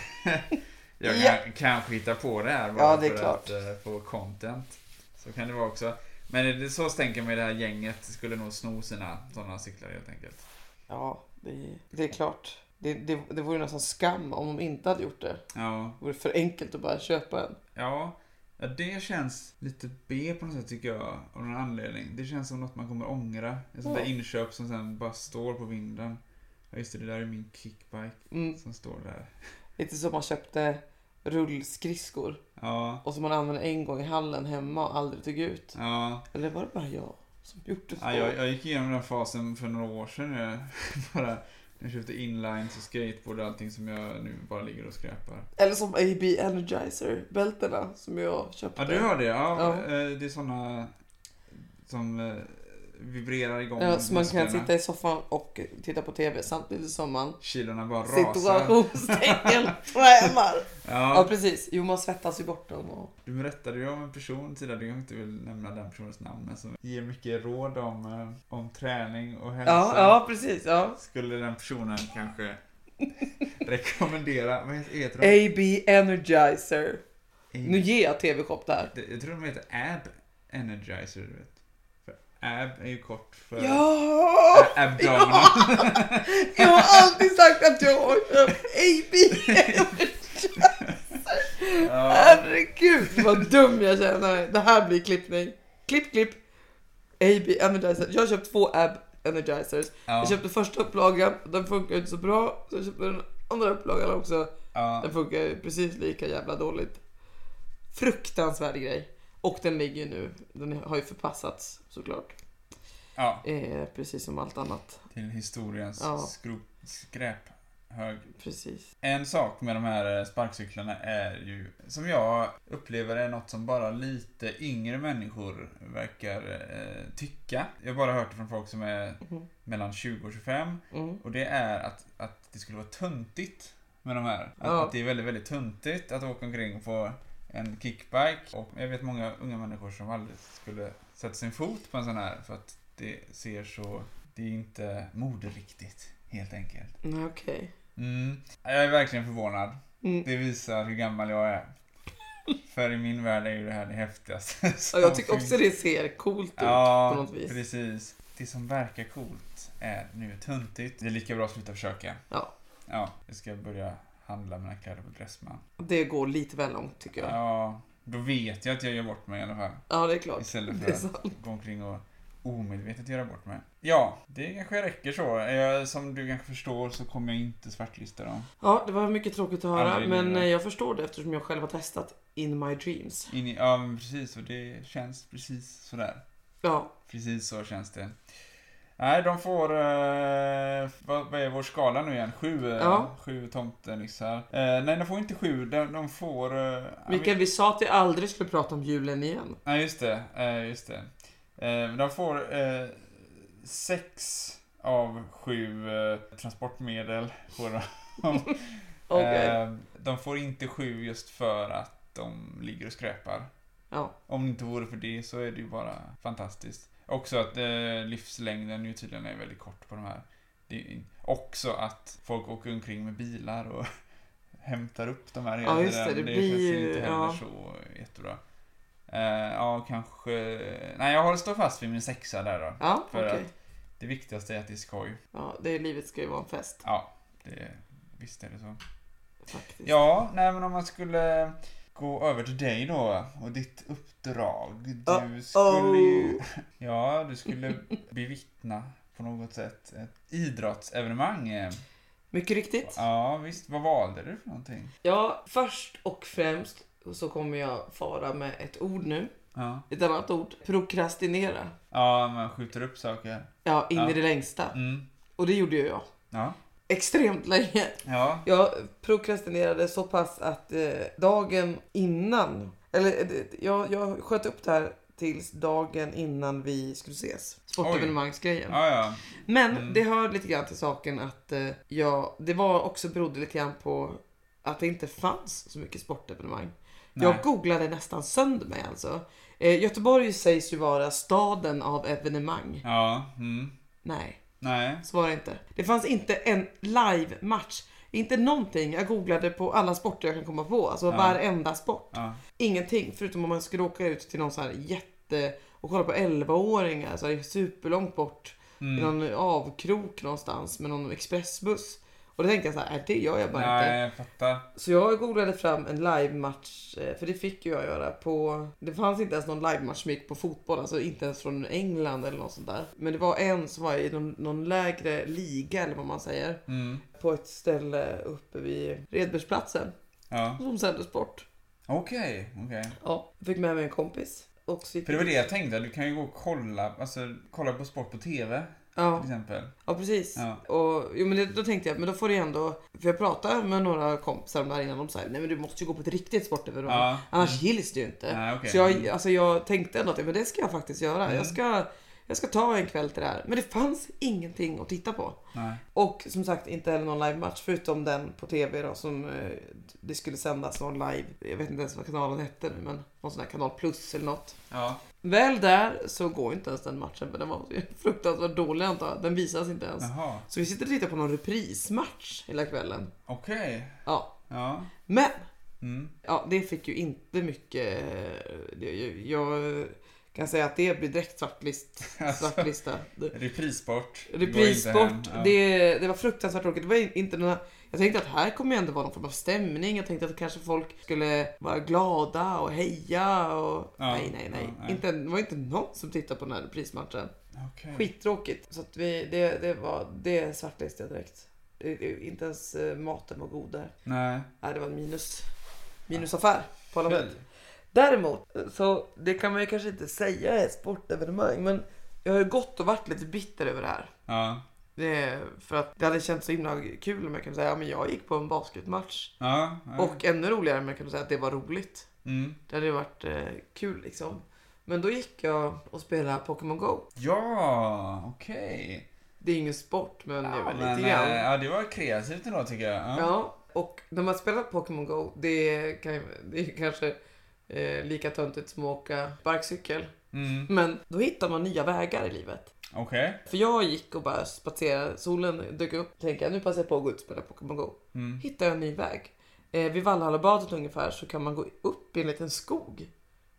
[SPEAKER 2] jag kan,
[SPEAKER 1] Ja.
[SPEAKER 2] kanske hittar på det här bara
[SPEAKER 1] Ja, det är
[SPEAKER 2] för
[SPEAKER 1] klart.
[SPEAKER 2] att eh, få content. Så kan det vara också. Men det- det, så tänker jag mig det här gänget skulle nog sno sina sådana cyklar helt enkelt.
[SPEAKER 1] Ja, det, det är klart. Det, det, det vore ju nästan skam om de inte hade gjort det.
[SPEAKER 2] Ja.
[SPEAKER 1] Det vore för enkelt att bara köpa en.
[SPEAKER 2] Ja, ja, det känns lite B på något sätt tycker jag, av någon anledning. Det känns som något man kommer ångra. Ett sånt där
[SPEAKER 1] Ja.
[SPEAKER 2] inköp som sen bara står på vinden. Ja just det, det där är min kickbike
[SPEAKER 1] Mm,
[SPEAKER 2] som står där.
[SPEAKER 1] lite som man köpte rullskridskor
[SPEAKER 2] Ja,
[SPEAKER 1] och som man använde en gång i hallen hemma och aldrig tog ut.
[SPEAKER 2] ja.
[SPEAKER 1] Eller var det bara jag som gjort det så?
[SPEAKER 2] ja jag, jag gick igenom den fasen för några år sedan. Jag, bara, jag köpte inlines och skateboard och allting som jag nu bara ligger och skräpar.
[SPEAKER 1] Eller som AB Energizer-bältena som jag köpte.
[SPEAKER 2] Ja, du har det? Ja,
[SPEAKER 1] Ja.
[SPEAKER 2] eh, det är såna som eh, vibrerar igång
[SPEAKER 1] Ja, så man kan
[SPEAKER 2] musklerna.
[SPEAKER 1] sitta i soffan och titta på TV samtidigt som man
[SPEAKER 2] Kilorna bara rasar.
[SPEAKER 1] situationstecken tränar.
[SPEAKER 2] Ja.
[SPEAKER 1] Ja precis, jo man svettas ju bort dem och...
[SPEAKER 2] Du berättade ju om en person tidigare, jag inte vill nämna den personens namn, men som ger mycket råd om, eh, om träning och hälsa.
[SPEAKER 1] Ja, ja precis, ja.
[SPEAKER 2] Skulle den personen kanske rekommendera, vad heter- heter de?
[SPEAKER 1] AB Energizer. Nu ger jag TV-shop där.
[SPEAKER 2] Det- Jag tror de heter AB Energizer, du vet. För AB är ju kort för
[SPEAKER 1] Ja!
[SPEAKER 2] a- abdominal.
[SPEAKER 1] ja! Jag har alltid sagt att jag har köpt AB Energizer. gud vad dum jag känner. Det här blir klippning. Klipp, klipp. AB Energizer. Jag har köpt två AB Energizers.
[SPEAKER 2] Ja,
[SPEAKER 1] Jag köpte första upplagan, den funkar inte så bra. Så jag köpte den andra upplagan också.
[SPEAKER 2] ja,
[SPEAKER 1] Den funkar ju precis lika jävla dåligt. Fruktansvärd grej. Och den ligger ju nu, den har ju förpassats såklart.
[SPEAKER 2] ja,
[SPEAKER 1] Eh, precis som allt annat.
[SPEAKER 2] till historiens
[SPEAKER 1] Ja.
[SPEAKER 2] skrop, skräphög.
[SPEAKER 1] Precis.
[SPEAKER 2] En sak med de här eh, sparkcyklarna är ju, som jag upplever är något som bara lite yngre människor verkar eh, tycka. Jag har bara hört det från folk som är
[SPEAKER 1] Mhm.
[SPEAKER 2] mellan 20 och 25.
[SPEAKER 1] Mm.
[SPEAKER 2] Och det är att, att det skulle vara töntigt med de här. Att,
[SPEAKER 1] Ja.
[SPEAKER 2] att det är väldigt, väldigt töntigt att åka omkring på en kickbike. Och jag vet många unga människor som aldrig skulle sätta sin fot på en sån här för att det ser så... Det är inte moderiktigt, helt enkelt.
[SPEAKER 1] Nej, okej.
[SPEAKER 2] Mm. Jag är verkligen förvånad.
[SPEAKER 1] Mm.
[SPEAKER 2] Det visar hur gammal jag är. För i min värld är ju det här det häftigaste
[SPEAKER 1] Ja,
[SPEAKER 2] som
[SPEAKER 1] jag tycker
[SPEAKER 2] finns.
[SPEAKER 1] också det ser coolt ut
[SPEAKER 2] Ja,
[SPEAKER 1] på något vis.
[SPEAKER 2] precis. Det som verkar coolt är nu töntigt. Det är lika bra att sluta försöka.
[SPEAKER 1] Ja.
[SPEAKER 2] Ja, jag ska börja handla mina kläder på Dressman.
[SPEAKER 1] Det går lite väl långt tycker jag. Ja,
[SPEAKER 2] Ja, då vet jag att jag gör bort mig i alla fall.
[SPEAKER 1] det är klart.
[SPEAKER 2] Istället
[SPEAKER 1] Det
[SPEAKER 2] för
[SPEAKER 1] är
[SPEAKER 2] att
[SPEAKER 1] sant.
[SPEAKER 2] gå omkring och omedvetet göra bort mig. Ja, det kanske räcker så. Eh, Som du kanske förstår så kommer jag inte svartlista dem.
[SPEAKER 1] Ja, det var mycket tråkigt att höra,
[SPEAKER 2] Aldrig
[SPEAKER 1] men
[SPEAKER 2] mer.
[SPEAKER 1] eh, jag förstår det eftersom jag själv har testat In My Dreams.
[SPEAKER 2] In i, ja, men precis. Och det känns precis sådär.
[SPEAKER 1] Ja,
[SPEAKER 2] Precis så känns det. Nej, de får... Eh, vad, vad är vår skala nu igen? Sju, eh,
[SPEAKER 1] Ja.
[SPEAKER 2] sju tomtenissar. Eh, nej, de får inte sju. De, de får... Eh,
[SPEAKER 1] Mikael, vi sa att vi aldrig skulle prata om julen igen.
[SPEAKER 2] Nej, just det. Eh, just det. Eh, men de får eh, sex av sju eh, transportmedel. Får de.
[SPEAKER 1] Okej.
[SPEAKER 2] Eh, de får inte sju just för att de ligger och skräpar.
[SPEAKER 1] Ja.
[SPEAKER 2] Om det inte vore för det så är det ju bara fantastiskt. Också att eh, livslängden ju tydligen är väldigt kort på de här. Det är också att folk åker omkring med bilar och hämtar upp de här
[SPEAKER 1] Ja, just det. Det blir
[SPEAKER 2] känns
[SPEAKER 1] ju-
[SPEAKER 2] inte heller
[SPEAKER 1] ja.
[SPEAKER 2] så jättebra. Eh, ja, kanske... Nej, jag håller stå fast vid min sexa där då.
[SPEAKER 1] Ja,
[SPEAKER 2] För
[SPEAKER 1] okej.
[SPEAKER 2] att- Det viktigaste är att det är skoj.
[SPEAKER 1] Ja, det är livet ska ju vara en fest
[SPEAKER 2] Ja, det, visst är det så.
[SPEAKER 1] faktiskt.
[SPEAKER 2] Ja, nej men om man skulle gå över till dig då och ditt uppdrag. Du
[SPEAKER 1] Oh.
[SPEAKER 2] skulle ju... Ja, du skulle bevittna på något sätt ett idrottsevenemang.
[SPEAKER 1] Mycket riktigt.
[SPEAKER 2] Ja, visst. Vad valde du för någonting?
[SPEAKER 1] Ja, först och främst så kommer jag fara med ett ord nu.
[SPEAKER 2] Ja,
[SPEAKER 1] Ett annat ord. Prokrastinera.
[SPEAKER 2] ja man skjuter upp saker.
[SPEAKER 1] Ja, in
[SPEAKER 2] Ja.
[SPEAKER 1] i det längsta.
[SPEAKER 2] Mm.
[SPEAKER 1] Och det gjorde ju jag.
[SPEAKER 2] Ja.
[SPEAKER 1] Extremt länge.
[SPEAKER 2] Ja.
[SPEAKER 1] Jag prokrastinerade så pass att eh, dagen innan, eller eh, det- jag, jag sköt upp det här tills dagen innan vi skulle ses. Sportevenemangsgrejen.
[SPEAKER 2] Ja, ja.
[SPEAKER 1] Men
[SPEAKER 2] Mm.
[SPEAKER 1] det hör lite grann till saken att eh, jag, det var också berodde lite grann på att det inte fanns så mycket sportevenemang.
[SPEAKER 2] Nej.
[SPEAKER 1] Jag googlade nästan sönder mig alltså. Eh, Göteborg sägs ju vara staden av evenemang.
[SPEAKER 2] Ja. Mm.
[SPEAKER 1] Nej,
[SPEAKER 2] Nej.
[SPEAKER 1] svara inte. Det fanns inte en live-match. Inte någonting. Jag googlade på alla sporter jag kan komma på. Alltså
[SPEAKER 2] Ja.
[SPEAKER 1] varenda sport.
[SPEAKER 2] Ja.
[SPEAKER 1] Ingenting. Förutom om man skulle åka ut till någon så här jätte... Och kolla på 11-åringar. Så här superlångt bort i
[SPEAKER 2] Mm.
[SPEAKER 1] någon avkrok någonstans med någon expressbuss. Och då tänkte jag så här, "Nej, det gör jag bara
[SPEAKER 2] Nej,
[SPEAKER 1] inte.
[SPEAKER 2] jag fattar.
[SPEAKER 1] Så jag googlade fram en livematch, eh, för det fick ju jag göra på... Det fanns inte ens någon livematch som gick på fotboll, alltså inte ens från England eller något sånt där. Men det var en som var i någon, någon lägre liga eller vad man säger.
[SPEAKER 2] Mm.
[SPEAKER 1] På ett ställe uppe vid Redbergsplatsen
[SPEAKER 2] Ja.
[SPEAKER 1] som sändes bort.
[SPEAKER 2] Okej, okej.
[SPEAKER 1] Ja, jag fick med mig en kompis. Och så gick
[SPEAKER 2] För det var det jag tänkte, du kan ju gå och kolla, alltså kolla på sport på TV till
[SPEAKER 1] Ja,
[SPEAKER 2] exempel.
[SPEAKER 1] Ja precis.
[SPEAKER 2] Ja.
[SPEAKER 1] Och, jo, men det, då tänkte jag, men då får det ändå... För jag pratade med några kompisar om det här innan. De sa nej men du måste ju gå på ett riktigt sportevenemang.
[SPEAKER 2] Ja.
[SPEAKER 1] Annars gills det ju inte.
[SPEAKER 2] Nej, okej.
[SPEAKER 1] Så jag, alltså, jag tänkte ändå att men det ska jag faktiskt göra.
[SPEAKER 2] Mm.
[SPEAKER 1] Jag, ska, jag ska ta en kväll till det här. Men det fanns ingenting att titta på.
[SPEAKER 2] Nej.
[SPEAKER 1] Och som sagt inte heller någon livematch förutom den på TV då som eh, det skulle sändas någon live. Jag vet inte ens vad kanalen hette nu men någon sån här kanal plus eller något.
[SPEAKER 2] Ja.
[SPEAKER 1] Väl där så går inte ens den matchen för den var ju fruktansvärt dålig antar jag. Den visas inte ens.
[SPEAKER 2] Jaha.
[SPEAKER 1] Så vi sitter och tittar på någon reprismatch hela kvällen.
[SPEAKER 2] Okej.
[SPEAKER 1] Ja.
[SPEAKER 2] Ja.
[SPEAKER 1] Men
[SPEAKER 2] Mm.
[SPEAKER 1] ja, det fick ju inte mycket... Jag, jag Kan jag säga att det blir direkt svartlist, svartlista. Det-
[SPEAKER 2] Reprissport. Alltså. går inte hem.
[SPEAKER 1] Reprissport,
[SPEAKER 2] Ja.
[SPEAKER 1] det, det var fruktansvärt tråkigt. Det var inte den här, jag tänkte att här kommer ju ändå vara någon form av stämning. Jag tänkte att kanske folk skulle vara glada och heja och...
[SPEAKER 2] Ja,
[SPEAKER 1] nej, nej, nej.
[SPEAKER 2] ja, nej.
[SPEAKER 1] Inte, det var inte någon som tittade på den här reprismatchen.
[SPEAKER 2] Okej.
[SPEAKER 1] Skittråkigt. Så att vi, det, det var, det svartlistade jag direkt. Det- det- Inte ens eh, maten var god där.
[SPEAKER 2] Nej.
[SPEAKER 1] Nej, det var en minus, minusaffär på alla sätt.
[SPEAKER 2] Fy.
[SPEAKER 1] Däremot, så det kan man ju kanske inte säga är ett sportevenemang, men jag har ju gått och varit lite bitter över det här.
[SPEAKER 2] Ja.
[SPEAKER 1] Det, för att det hade känts så himla kul om jag kunde säga ja, men jag gick på en basketmatch.
[SPEAKER 2] Ja. ja.
[SPEAKER 1] Och ännu roligare om jag kunde säga att det var roligt.
[SPEAKER 2] Mm.
[SPEAKER 1] Det hade ju varit eh, kul liksom. Men då gick jag och spelade Pokémon Go.
[SPEAKER 2] Ja, okej.
[SPEAKER 1] Det är ingen sport, men, det
[SPEAKER 2] Ja,
[SPEAKER 1] var
[SPEAKER 2] men,
[SPEAKER 1] lite grann.
[SPEAKER 2] eh, ja, det var kreativt ändå tycker jag. Ja.
[SPEAKER 1] Ja, och när man spelar Pokémon Go, det, kan, det är kanske eh, lika töntigt som att åka sparkcykel.
[SPEAKER 2] Mm.
[SPEAKER 1] Men då hittar man nya vägar i livet.
[SPEAKER 2] Okej.
[SPEAKER 1] För jag gick och bara spatserade, solen dök upp, tänkte jag nu passar jag på att gå ut och spela Pokémon Go.
[SPEAKER 2] Mm.
[SPEAKER 1] hittar jag en ny väg. Eh, vid Valhallabadet ungefär så kan man gå upp i en liten skog.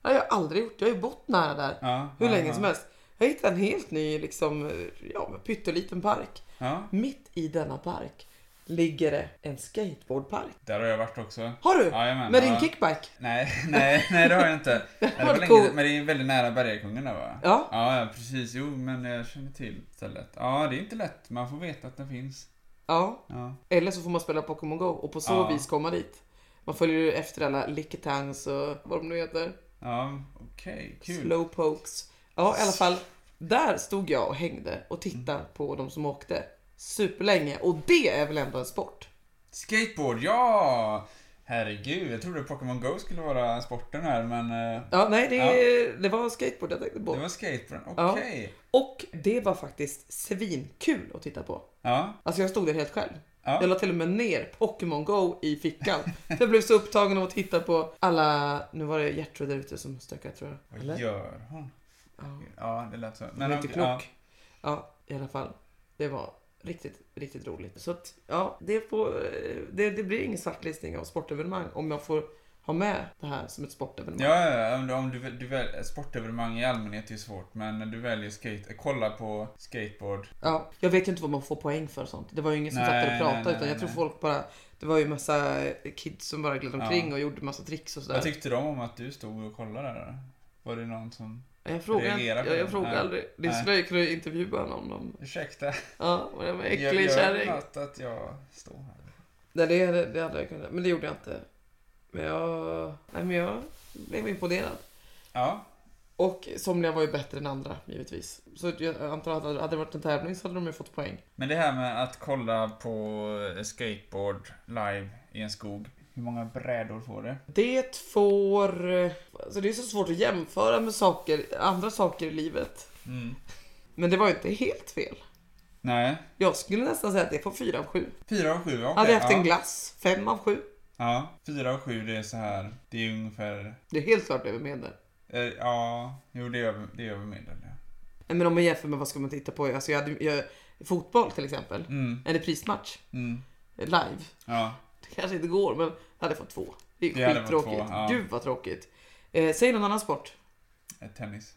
[SPEAKER 1] Det har jag aldrig gjort. Jag har ju bott nära där
[SPEAKER 2] Ja,
[SPEAKER 1] hur
[SPEAKER 2] ja,
[SPEAKER 1] länge
[SPEAKER 2] ja.
[SPEAKER 1] som helst. Jag hittade en helt ny, liksom, eh, ja, men pytteliten park.
[SPEAKER 2] Ja,
[SPEAKER 1] Mitt i denna park ligger det en skateboardpark.
[SPEAKER 2] där har jag varit också.
[SPEAKER 1] Har du?
[SPEAKER 2] Jajamän,
[SPEAKER 1] Med
[SPEAKER 2] ja.
[SPEAKER 1] din kickbike?
[SPEAKER 2] Nej, nej, nej det har jag inte. Nej, det var
[SPEAKER 1] varit
[SPEAKER 2] länge,
[SPEAKER 1] coolt.
[SPEAKER 2] Men det är väldigt nära Bergakungen där va?
[SPEAKER 1] Ja.
[SPEAKER 2] ja. Ja, precis. Jo, men jag känner till stället. Ja, det är inte lätt. Man får veta att den finns.
[SPEAKER 1] Ja.
[SPEAKER 2] Ja.
[SPEAKER 1] Eller så får man spela Pokémon Go och på så
[SPEAKER 2] Ja.
[SPEAKER 1] vis komma dit. Man följer ju efter alla Lickitangs och vad de nu heter.
[SPEAKER 2] Ja, okej. Kul.
[SPEAKER 1] Slowpokes. Ja, i alla fall. Där stod jag och hängde och tittade
[SPEAKER 2] Mm.
[SPEAKER 1] på de som åkte superlänge. Och det är väl ändå en sport?
[SPEAKER 2] Skateboard, ja! Herregud, jag trodde Pokémon Go skulle vara sporten här, men... eh,
[SPEAKER 1] Ja, nej, det, det var skateboard jag tänkte
[SPEAKER 2] Det
[SPEAKER 1] på.
[SPEAKER 2] var skateboarden,
[SPEAKER 1] Ja.
[SPEAKER 2] okej.
[SPEAKER 1] Och det var faktiskt svinkul att titta på.
[SPEAKER 2] Ja.
[SPEAKER 1] Alltså jag stod där helt själv.
[SPEAKER 2] Ja.
[SPEAKER 1] Jag la till och med ner Pokémon Go i fickan. jag blev så upptagen av att titta på alla... Nu var det Gertrud där ute som stökade tror jag.
[SPEAKER 2] Vad gör hon?
[SPEAKER 1] Ja.
[SPEAKER 2] Ja, det lät så.
[SPEAKER 1] Men inte
[SPEAKER 2] okej,
[SPEAKER 1] klok. Ja. i alla fall. Det var riktigt, riktigt roligt. Så att, ja, det, får, eh, det, det blir ingen svartlistning av sportevenemang om jag får ha med det här som ett sportevenemang.
[SPEAKER 2] Ja, ja, ja, om du, om du, väl- du väl, sportevenemang i allmänhet är ju svårt, men när du väljer skate, kolla på skateboard.
[SPEAKER 1] Ja, jag vet ju inte vad man får poäng för och sånt. Det var ju ingen som
[SPEAKER 2] Nej,
[SPEAKER 1] satt där och
[SPEAKER 2] nej,
[SPEAKER 1] pratade
[SPEAKER 2] nej,
[SPEAKER 1] utan jag
[SPEAKER 2] nej.
[SPEAKER 1] tror folk bara... Det var ju massa kids som bara gled omkring och gjorde massa tricks och sådär.
[SPEAKER 2] Vad tyckte de om att du stod och kollade där? Var det någon som...
[SPEAKER 1] jag frågade,
[SPEAKER 2] reagera
[SPEAKER 1] jag,
[SPEAKER 2] på
[SPEAKER 1] jag
[SPEAKER 2] det?
[SPEAKER 1] frågade
[SPEAKER 2] Nej.
[SPEAKER 1] aldrig. Det
[SPEAKER 2] Nej.
[SPEAKER 1] skulle jag ju kunna intervjua någon om.
[SPEAKER 2] Ursäkta,
[SPEAKER 1] Ja, men jag var
[SPEAKER 2] gör-
[SPEAKER 1] äcklig
[SPEAKER 2] gör det
[SPEAKER 1] kärring.
[SPEAKER 2] något att jag står här?
[SPEAKER 1] Nej, det, det, det hade jag kunnat. Men det gjorde jag inte. Men jag, nej, men jag blev imponerad.
[SPEAKER 2] Ja,
[SPEAKER 1] Och somliga var ju bättre än andra, givetvis. Så jag antar att hade det varit en tävling så hade de ju fått poäng.
[SPEAKER 2] men det här med att kolla på skateboard live i en skog. Hur många brädor får det?
[SPEAKER 1] Det får... Alltså det är så svårt att jämföra med saker, andra saker i livet.
[SPEAKER 2] Mm.
[SPEAKER 1] Men det var ju inte helt fel.
[SPEAKER 2] Nej.
[SPEAKER 1] Jag skulle nästan säga att det får 4 av 7.
[SPEAKER 2] Fyra av sju, okej.
[SPEAKER 1] hade jag haft
[SPEAKER 2] ja.
[SPEAKER 1] en glass, 5 av 7.
[SPEAKER 2] Ja, fyra av sju det är så här. Det är ungefär...
[SPEAKER 1] Det är helt klart över medel.
[SPEAKER 2] Eh, ja, jo det är över, det är över medel. Ja.
[SPEAKER 1] Nej, Men om man jämför med vad ska man titta på? Alltså jag hade, jag, fotboll till exempel.
[SPEAKER 2] Mm,
[SPEAKER 1] En prismatch
[SPEAKER 2] mm,
[SPEAKER 1] live.
[SPEAKER 2] ja.
[SPEAKER 1] Det kanske inte går, men jag hade fått två. Det
[SPEAKER 2] Det
[SPEAKER 1] är
[SPEAKER 2] hade varit
[SPEAKER 1] skittråkigt.
[SPEAKER 2] två, ja.
[SPEAKER 1] Gud vad tråkigt. Eh, säg någon annan sport.
[SPEAKER 2] Ett tennis.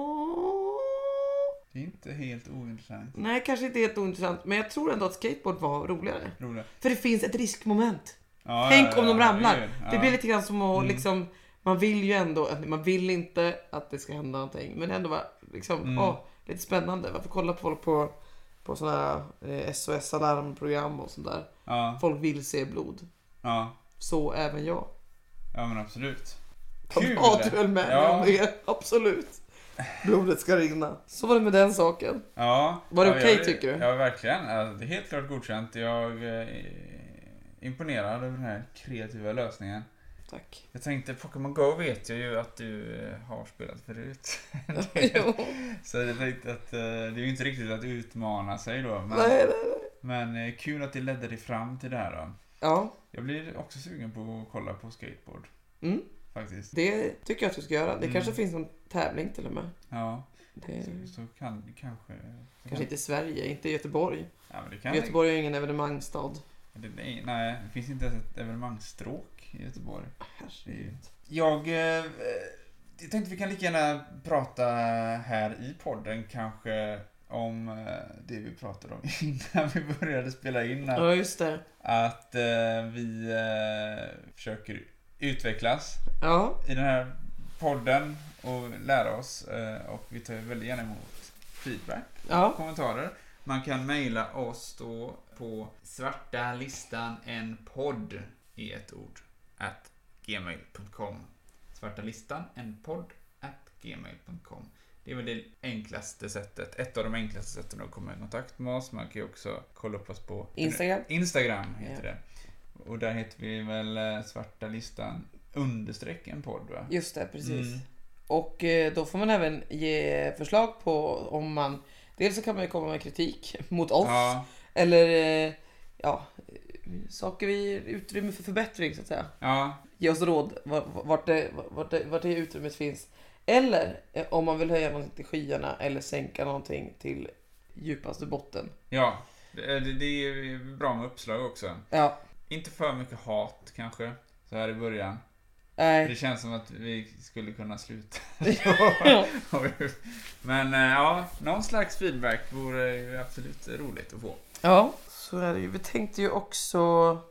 [SPEAKER 1] Ja,
[SPEAKER 2] Det är inte helt ointressant.
[SPEAKER 1] nej, kanske inte helt ointressant, men jag tror ändå att skateboard var roligare.
[SPEAKER 2] Roligt.
[SPEAKER 1] För det finns ett riskmoment.
[SPEAKER 2] Ja,
[SPEAKER 1] Tänk
[SPEAKER 2] ja,
[SPEAKER 1] om
[SPEAKER 2] ja,
[SPEAKER 1] de ramlar.
[SPEAKER 2] herregud. Ja.
[SPEAKER 1] Det blir lite grann som att
[SPEAKER 2] Mm.
[SPEAKER 1] liksom, man vill ju ändå, att- man vill inte att det ska hända någonting, men ändå var liksom,
[SPEAKER 2] Mm.
[SPEAKER 1] åh, lite spännande. Varför kollar folk på, på sådana här eh, SOS alarmprogram och sånt där?
[SPEAKER 2] Ja,
[SPEAKER 1] Folk vill se blod.
[SPEAKER 2] ja,
[SPEAKER 1] Så även jag.
[SPEAKER 2] ja men absolut. Kul!
[SPEAKER 1] Ja, du höll med
[SPEAKER 2] Ja.
[SPEAKER 1] mig om det. Absolut. Blodet ska rinna. Så var det med den saken.
[SPEAKER 2] Ja.
[SPEAKER 1] Var det
[SPEAKER 2] ja,
[SPEAKER 1] okej,
[SPEAKER 2] jag-
[SPEAKER 1] tycker du?
[SPEAKER 2] Ja, verkligen. Ja, det är helt klart godkänt. Jag är imponerad över den här kreativa lösningen.
[SPEAKER 1] Tack.
[SPEAKER 2] Jag tänkte, Pokémon Go vet jag ju att du eh, har spelat förut.
[SPEAKER 1] Jo.
[SPEAKER 2] Så jag tänkte att eh, det är ju inte riktigt att utmana sig då.
[SPEAKER 1] Nej,
[SPEAKER 2] Men,
[SPEAKER 1] nej, nej.
[SPEAKER 2] men eh, kul att det ledde dig fram till det här då.
[SPEAKER 1] Ja,
[SPEAKER 2] Jag blir också sugen på att kolla på skateboard.
[SPEAKER 1] Mm.
[SPEAKER 2] Faktiskt.
[SPEAKER 1] det tycker jag att du ska göra. Det
[SPEAKER 2] Mm.
[SPEAKER 1] kanske finns någon tävling till och med.
[SPEAKER 2] Ja,
[SPEAKER 1] Det
[SPEAKER 2] så, så kan kanske... Så
[SPEAKER 1] Kanske
[SPEAKER 2] kan,
[SPEAKER 1] inte i Sverige, inte i Göteborg.
[SPEAKER 2] ja, men det kan
[SPEAKER 1] Göteborg är ju ingen evenemangstad.
[SPEAKER 2] Det, nej, nej, det Ah, finns inte ens ett evenemangstråk i Göteborg. Det är ju-
[SPEAKER 1] Herregud.
[SPEAKER 2] Jag eh, Jag tänkte vi kan lika gärna prata här i podden kanske om eh, det vi pratade om innan vi började spela in här.
[SPEAKER 1] Ja, just det.
[SPEAKER 2] Att eh, vi eh, försöker utvecklas
[SPEAKER 1] Ja,
[SPEAKER 2] i den här podden och lära oss. eh, Och vi tar väldigt gärna emot feedback och
[SPEAKER 1] ja.
[SPEAKER 2] kommentarer. Man kan mejla oss då på svarta listan en podd i ett ord at gmail.com Svarta listan en podd at gmail.com Det är väl det enklaste sättet, ett av de enklaste sätten att komma i kontakt med oss. Man kan ju också kolla upp oss på
[SPEAKER 1] Instagram.
[SPEAKER 2] Instagram heter det. Och där heter vi väl eh, svarta listan understreck en podd va?
[SPEAKER 1] Just det, precis.
[SPEAKER 2] Mm.
[SPEAKER 1] Och eh, då får man även ge förslag på om man... Dels så kan man ju komma med kritik mot oss.
[SPEAKER 2] Ja,
[SPEAKER 1] Eller eh, ja, eh, saker vi utrymme för förbättring så att säga.
[SPEAKER 2] ja,
[SPEAKER 1] Ge oss råd var- vart det, vart det, vart det utrymmet finns. Eller eh, om man vill höja någonting till skyarna eller sänka någonting till djupaste botten.
[SPEAKER 2] ja. Det, det- det är ju bra med uppslag också.
[SPEAKER 1] Ja,
[SPEAKER 2] Inte för mycket hat kanske, så här i början.
[SPEAKER 1] nej.
[SPEAKER 2] Det känns som att vi skulle kunna sluta.
[SPEAKER 1] Ja.
[SPEAKER 2] Men eh, ja, någon slags feedback vore ju absolut roligt att få.
[SPEAKER 1] Ja, så är det ju. Vi tänkte ju också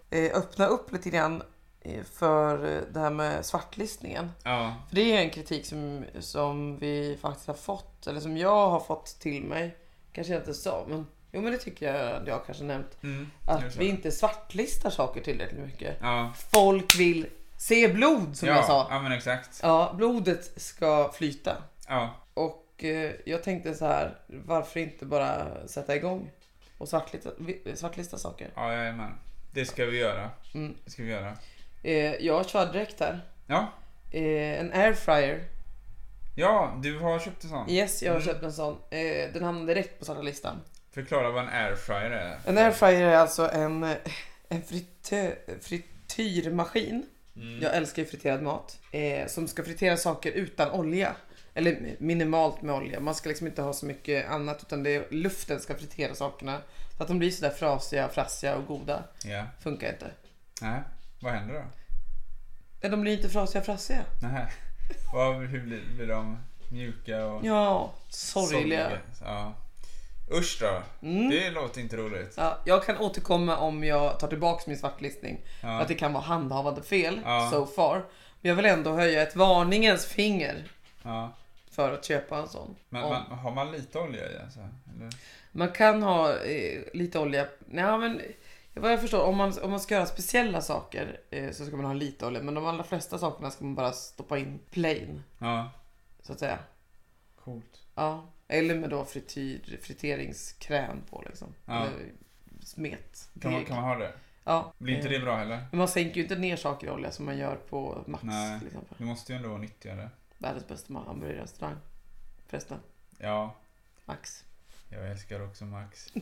[SPEAKER 1] eh, öppna upp lite grann eh, för eh, det här med svartlistningen.
[SPEAKER 2] Ja,
[SPEAKER 1] För det är en kritik som, som vi faktiskt har fått, eller som jag har fått till mig. Kanske jag inte sa, men jo men det tycker jag att jag kanske nämnt.
[SPEAKER 2] mm, nu
[SPEAKER 1] Att
[SPEAKER 2] så.
[SPEAKER 1] vi inte svartlistar saker tillräckligt mycket.
[SPEAKER 2] Ja,
[SPEAKER 1] Folk vill se blod som
[SPEAKER 2] ja,
[SPEAKER 1] jag sa.
[SPEAKER 2] ja, men exakt.
[SPEAKER 1] Ja, blodet ska flyta.
[SPEAKER 2] Ja,
[SPEAKER 1] Och eh, jag tänkte så här, varför inte bara sätta igång och svartlista, vi- svartlista saker?
[SPEAKER 2] ja jag är med. Det ska vi göra.
[SPEAKER 1] Mm.
[SPEAKER 2] Det ska vi göra.
[SPEAKER 1] Eh, jag kör direkt här.
[SPEAKER 2] Ja,
[SPEAKER 1] Eh, en airfryer.
[SPEAKER 2] ja, du har köpt en sån.
[SPEAKER 1] Yes, jag har
[SPEAKER 2] Mm.
[SPEAKER 1] köpt en sån. Eh, den hamnade direkt på svarta listan.
[SPEAKER 2] Förklara vad en airfryer är.
[SPEAKER 1] En airfryer är alltså en, eh, en fritö- frityrmaskin.
[SPEAKER 2] Mm.
[SPEAKER 1] Jag älskar ju friterad mat. Eh, som ska fritera saker utan olja. Eller minimalt med olja. Man ska liksom inte ha så mycket annat utan det är luften ska fritera sakerna. Så att de blir sådär frasiga, frassiga och goda.
[SPEAKER 2] Ja.
[SPEAKER 1] Funkar inte.
[SPEAKER 2] Nej, vad händer då?
[SPEAKER 1] Eh, De blir inte frasiga, frassiga.
[SPEAKER 2] Nej. Vad, hur blir, blir de mjuka och...
[SPEAKER 1] Ja, sorgliga.
[SPEAKER 2] Ja. Usch då.
[SPEAKER 1] Mm.
[SPEAKER 2] Det låter inte roligt.
[SPEAKER 1] Ja, jag kan återkomma om jag tar tillbaka min svartlistning. För
[SPEAKER 2] Ja.
[SPEAKER 1] Att det kan vara handhavande fel
[SPEAKER 2] Ja.
[SPEAKER 1] so far. Men jag vill ändå höja ett varningens finger
[SPEAKER 2] Ja.
[SPEAKER 1] för att köpa en sån.
[SPEAKER 2] Men
[SPEAKER 1] Om-
[SPEAKER 2] man, har man lite olja i alltså? Eller?
[SPEAKER 1] Man kan ha eh, lite olja. Nej, men vad jag förstår, om man, om man ska göra speciella saker eh, så ska man ha lite olja. Men de allra flesta sakerna ska man bara stoppa in plain,
[SPEAKER 2] Ja,
[SPEAKER 1] så att säga.
[SPEAKER 2] coolt.
[SPEAKER 1] Ja. Eller med då frityr, friteringskräm på liksom.
[SPEAKER 2] Ja.
[SPEAKER 1] Eller smet.
[SPEAKER 2] Kan man,
[SPEAKER 1] deg.
[SPEAKER 2] kan man ha det?
[SPEAKER 1] Ja.
[SPEAKER 2] Blir inte
[SPEAKER 1] Eh,
[SPEAKER 2] det bra heller?
[SPEAKER 1] Men man sänker ju inte ner saker i olja som man gör på Max
[SPEAKER 2] Nej.
[SPEAKER 1] till exempel.
[SPEAKER 2] Det måste ju ändå vara nyttigare.
[SPEAKER 1] Världens bästa hamburgerrestaurang. Förresten,
[SPEAKER 2] Ja,
[SPEAKER 1] Max.
[SPEAKER 2] jag älskar också Max.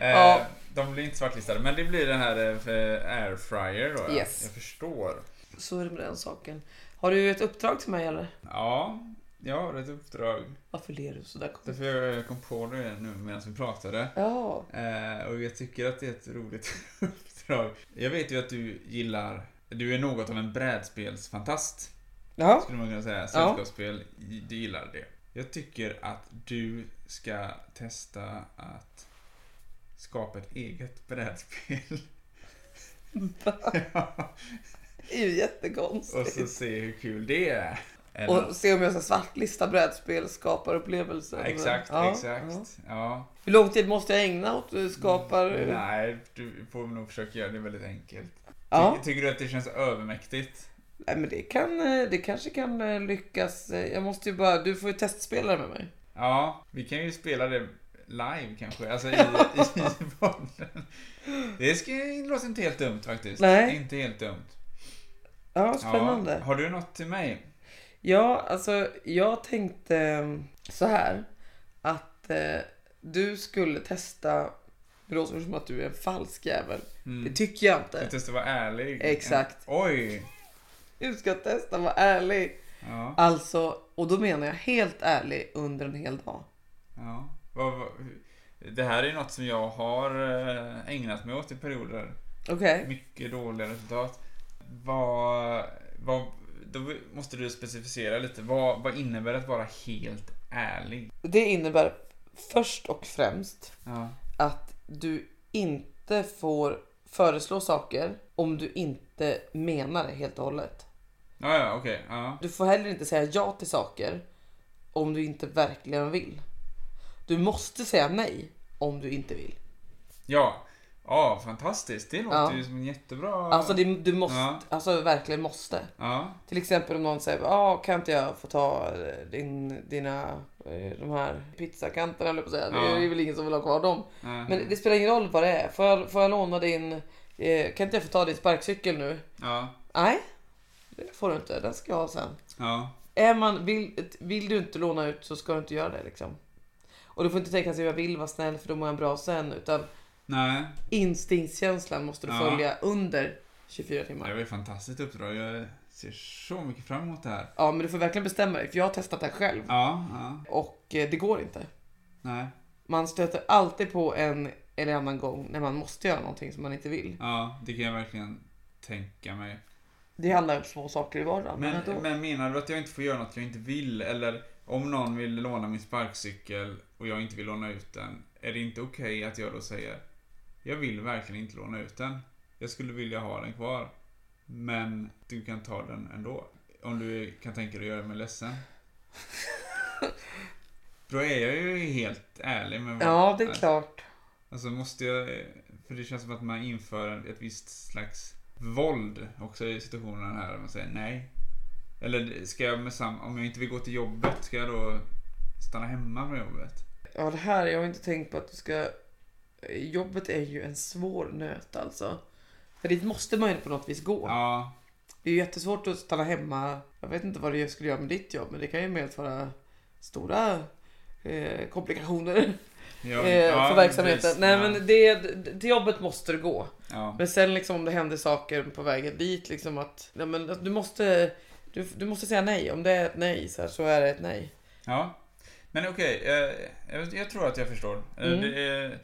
[SPEAKER 1] Ja.
[SPEAKER 2] eh, de blir inte svartlistade, men det blir den här eh, för airfryer då. ja.
[SPEAKER 1] Yes.
[SPEAKER 2] Jag förstår.
[SPEAKER 1] Så är det med den saken. Har du ett uppdrag till mig eller?
[SPEAKER 2] Ja, jag har ett uppdrag.
[SPEAKER 1] Varför ler du sådär konstigt?
[SPEAKER 2] Därför jag kom på det nu medan vi pratade.
[SPEAKER 1] Ja.
[SPEAKER 2] Eh, och jag tycker att det är ett roligt uppdrag. Jag vet ju att du gillar, du är något av en brädspelsfantast.
[SPEAKER 1] Ja.
[SPEAKER 2] Skulle man kunna säga. Sällskapsspel, du gillar det. Jag tycker att du ska testa att skapa ett eget brädspel. Ja,
[SPEAKER 1] Det är ju
[SPEAKER 2] och
[SPEAKER 1] jättekonstigt.
[SPEAKER 2] så se hur kul det är. Eller-
[SPEAKER 1] Och se om jag ska svartlista brädspel, skapar upplevelser.
[SPEAKER 2] exakt,
[SPEAKER 1] Ja, ja.
[SPEAKER 2] exakt. Ja.
[SPEAKER 1] Hur lång tid måste jag ägna åt eh, skapar...
[SPEAKER 2] Mm, Nej, du får nog försöka göra det väldigt enkelt.
[SPEAKER 1] Ja.
[SPEAKER 2] Ty- tycker du att det känns övermäktigt?
[SPEAKER 1] Nej men det kan, eh, det kanske kan eh, lyckas. Eh, Jag måste ju bara, du får ju testspela det med mig.
[SPEAKER 2] Ja, vi kan ju spela det live kanske, alltså i, i podden. Det ska, låter inte helt dumt faktiskt.
[SPEAKER 1] Nej.
[SPEAKER 2] Inte helt dumt.
[SPEAKER 1] Ja,
[SPEAKER 2] Ja,
[SPEAKER 1] spännande.
[SPEAKER 2] har du något till mig?
[SPEAKER 1] Ja, alltså jag tänkte eh, så här att eh, du skulle testa. Det låter som att du är en falsk jävel. Det
[SPEAKER 2] Mm.
[SPEAKER 1] tycker jag
[SPEAKER 2] Jag
[SPEAKER 1] inte.
[SPEAKER 2] testar vara ärlig.
[SPEAKER 1] Exakt.
[SPEAKER 2] Oj!
[SPEAKER 1] Du ska testa att vara ärlig.
[SPEAKER 2] Ja,
[SPEAKER 1] Alltså, och då menar jag helt ärlig under en hel dag.
[SPEAKER 2] ja. Vad, vad, det här är något som jag har eh, ägnat mig åt i perioder.
[SPEAKER 1] Okej.
[SPEAKER 2] Mycket dåliga resultat. Vad, vad, då måste du specificera lite. Vad, vad innebär att vara helt ärlig?
[SPEAKER 1] Det innebär först och främst
[SPEAKER 2] Ja.
[SPEAKER 1] att du inte får föreslå saker om du inte menar det helt och hållet.
[SPEAKER 2] Ja, ja, okej. Ja.
[SPEAKER 1] Du får heller inte säga ja till saker om du inte verkligen vill. Du måste säga nej om du inte vill.
[SPEAKER 2] Ja. ja, fantastiskt. Det låter
[SPEAKER 1] Ja.
[SPEAKER 2] ju som en jättebra...
[SPEAKER 1] Alltså det, du måste,
[SPEAKER 2] Ja.
[SPEAKER 1] alltså verkligen måste.
[SPEAKER 2] Ja,
[SPEAKER 1] Till exempel om någon säger ah, kan inte jag få ta eh, din, dina, eh, de här pizzakanterna eller på att säga. Det är
[SPEAKER 2] Ja. Mm.
[SPEAKER 1] väl ingen som vill ha kvar dem.
[SPEAKER 2] ja,
[SPEAKER 1] Men det spelar ingen roll vad det är. Får jag, får jag låna din, eh, kan inte jag få ta din sparkcykel nu?
[SPEAKER 2] ja,
[SPEAKER 1] Nej, det får du inte. Den ska jag ha sen.
[SPEAKER 2] ja,
[SPEAKER 1] Är man, vill, vill du inte låna ut så ska du inte göra det liksom. Och du får inte tänka sig jag vill vara snäll för då mår jag bra sen. Utan
[SPEAKER 2] nej.
[SPEAKER 1] instinktskänslan måste du
[SPEAKER 2] Ja.
[SPEAKER 1] följa under 24
[SPEAKER 2] Det
[SPEAKER 1] timmar.
[SPEAKER 2] var ett fantastiskt uppdrag. Jag ser så mycket fram emot det här.
[SPEAKER 1] Ja men du får verkligen bestämma dig för jag har testat det här själv.
[SPEAKER 2] Ja, ja,
[SPEAKER 1] Och eh, det går inte.
[SPEAKER 2] nej,
[SPEAKER 1] Man stöter alltid på en eller annan gång när man måste göra någonting som man inte vill.
[SPEAKER 2] ja, det kan jag verkligen tänka mig.
[SPEAKER 1] Det handlar om små saker i vardagen. Men,
[SPEAKER 2] Men,
[SPEAKER 1] ändå.
[SPEAKER 2] men menar du att jag inte får göra något jag inte vill? Eller om någon vill låna min sparkcykel och jag inte vill låna ut den, är det inte okej att jag då säger Jag vill verkligen inte låna ut den. Jag skulle vilja ha den kvar. Men du kan ta den ändå. Om du kan tänka dig att göra mig ledsen. Då är jag ju helt ärlig med vad
[SPEAKER 1] Ja det är klart.
[SPEAKER 2] Alltså måste jag... För det känns som att man inför ett visst slags våld också i situationen här. Man säger nej. Eller ska jag med sam... Om jag inte vill gå till jobbet, ska jag då stanna hemma från jobbet?
[SPEAKER 1] Ja det här, jag har inte tänkt på att du ska... Jobbet är ju en svår nöt alltså. För dit måste man ju på något vis gå.
[SPEAKER 2] Ja.
[SPEAKER 1] Det är ju jättesvårt att stanna hemma. Jag vet inte vad du skulle göra med ditt jobb men det kan ju medföra stora eh, komplikationer
[SPEAKER 2] Jag,
[SPEAKER 1] eh, för verksamheten. Nej men det, det- till jobbet måste du gå.
[SPEAKER 2] Ja.
[SPEAKER 1] Men sen liksom om det händer saker på vägen dit liksom att, ja, men, att du måste du, du måste säga nej. Om det är ett nej så, här, så är det ett nej.
[SPEAKER 2] ja. Men okej, eh, jag, jag tror att jag förstår. Eh,
[SPEAKER 1] Mm.
[SPEAKER 2] Det, är-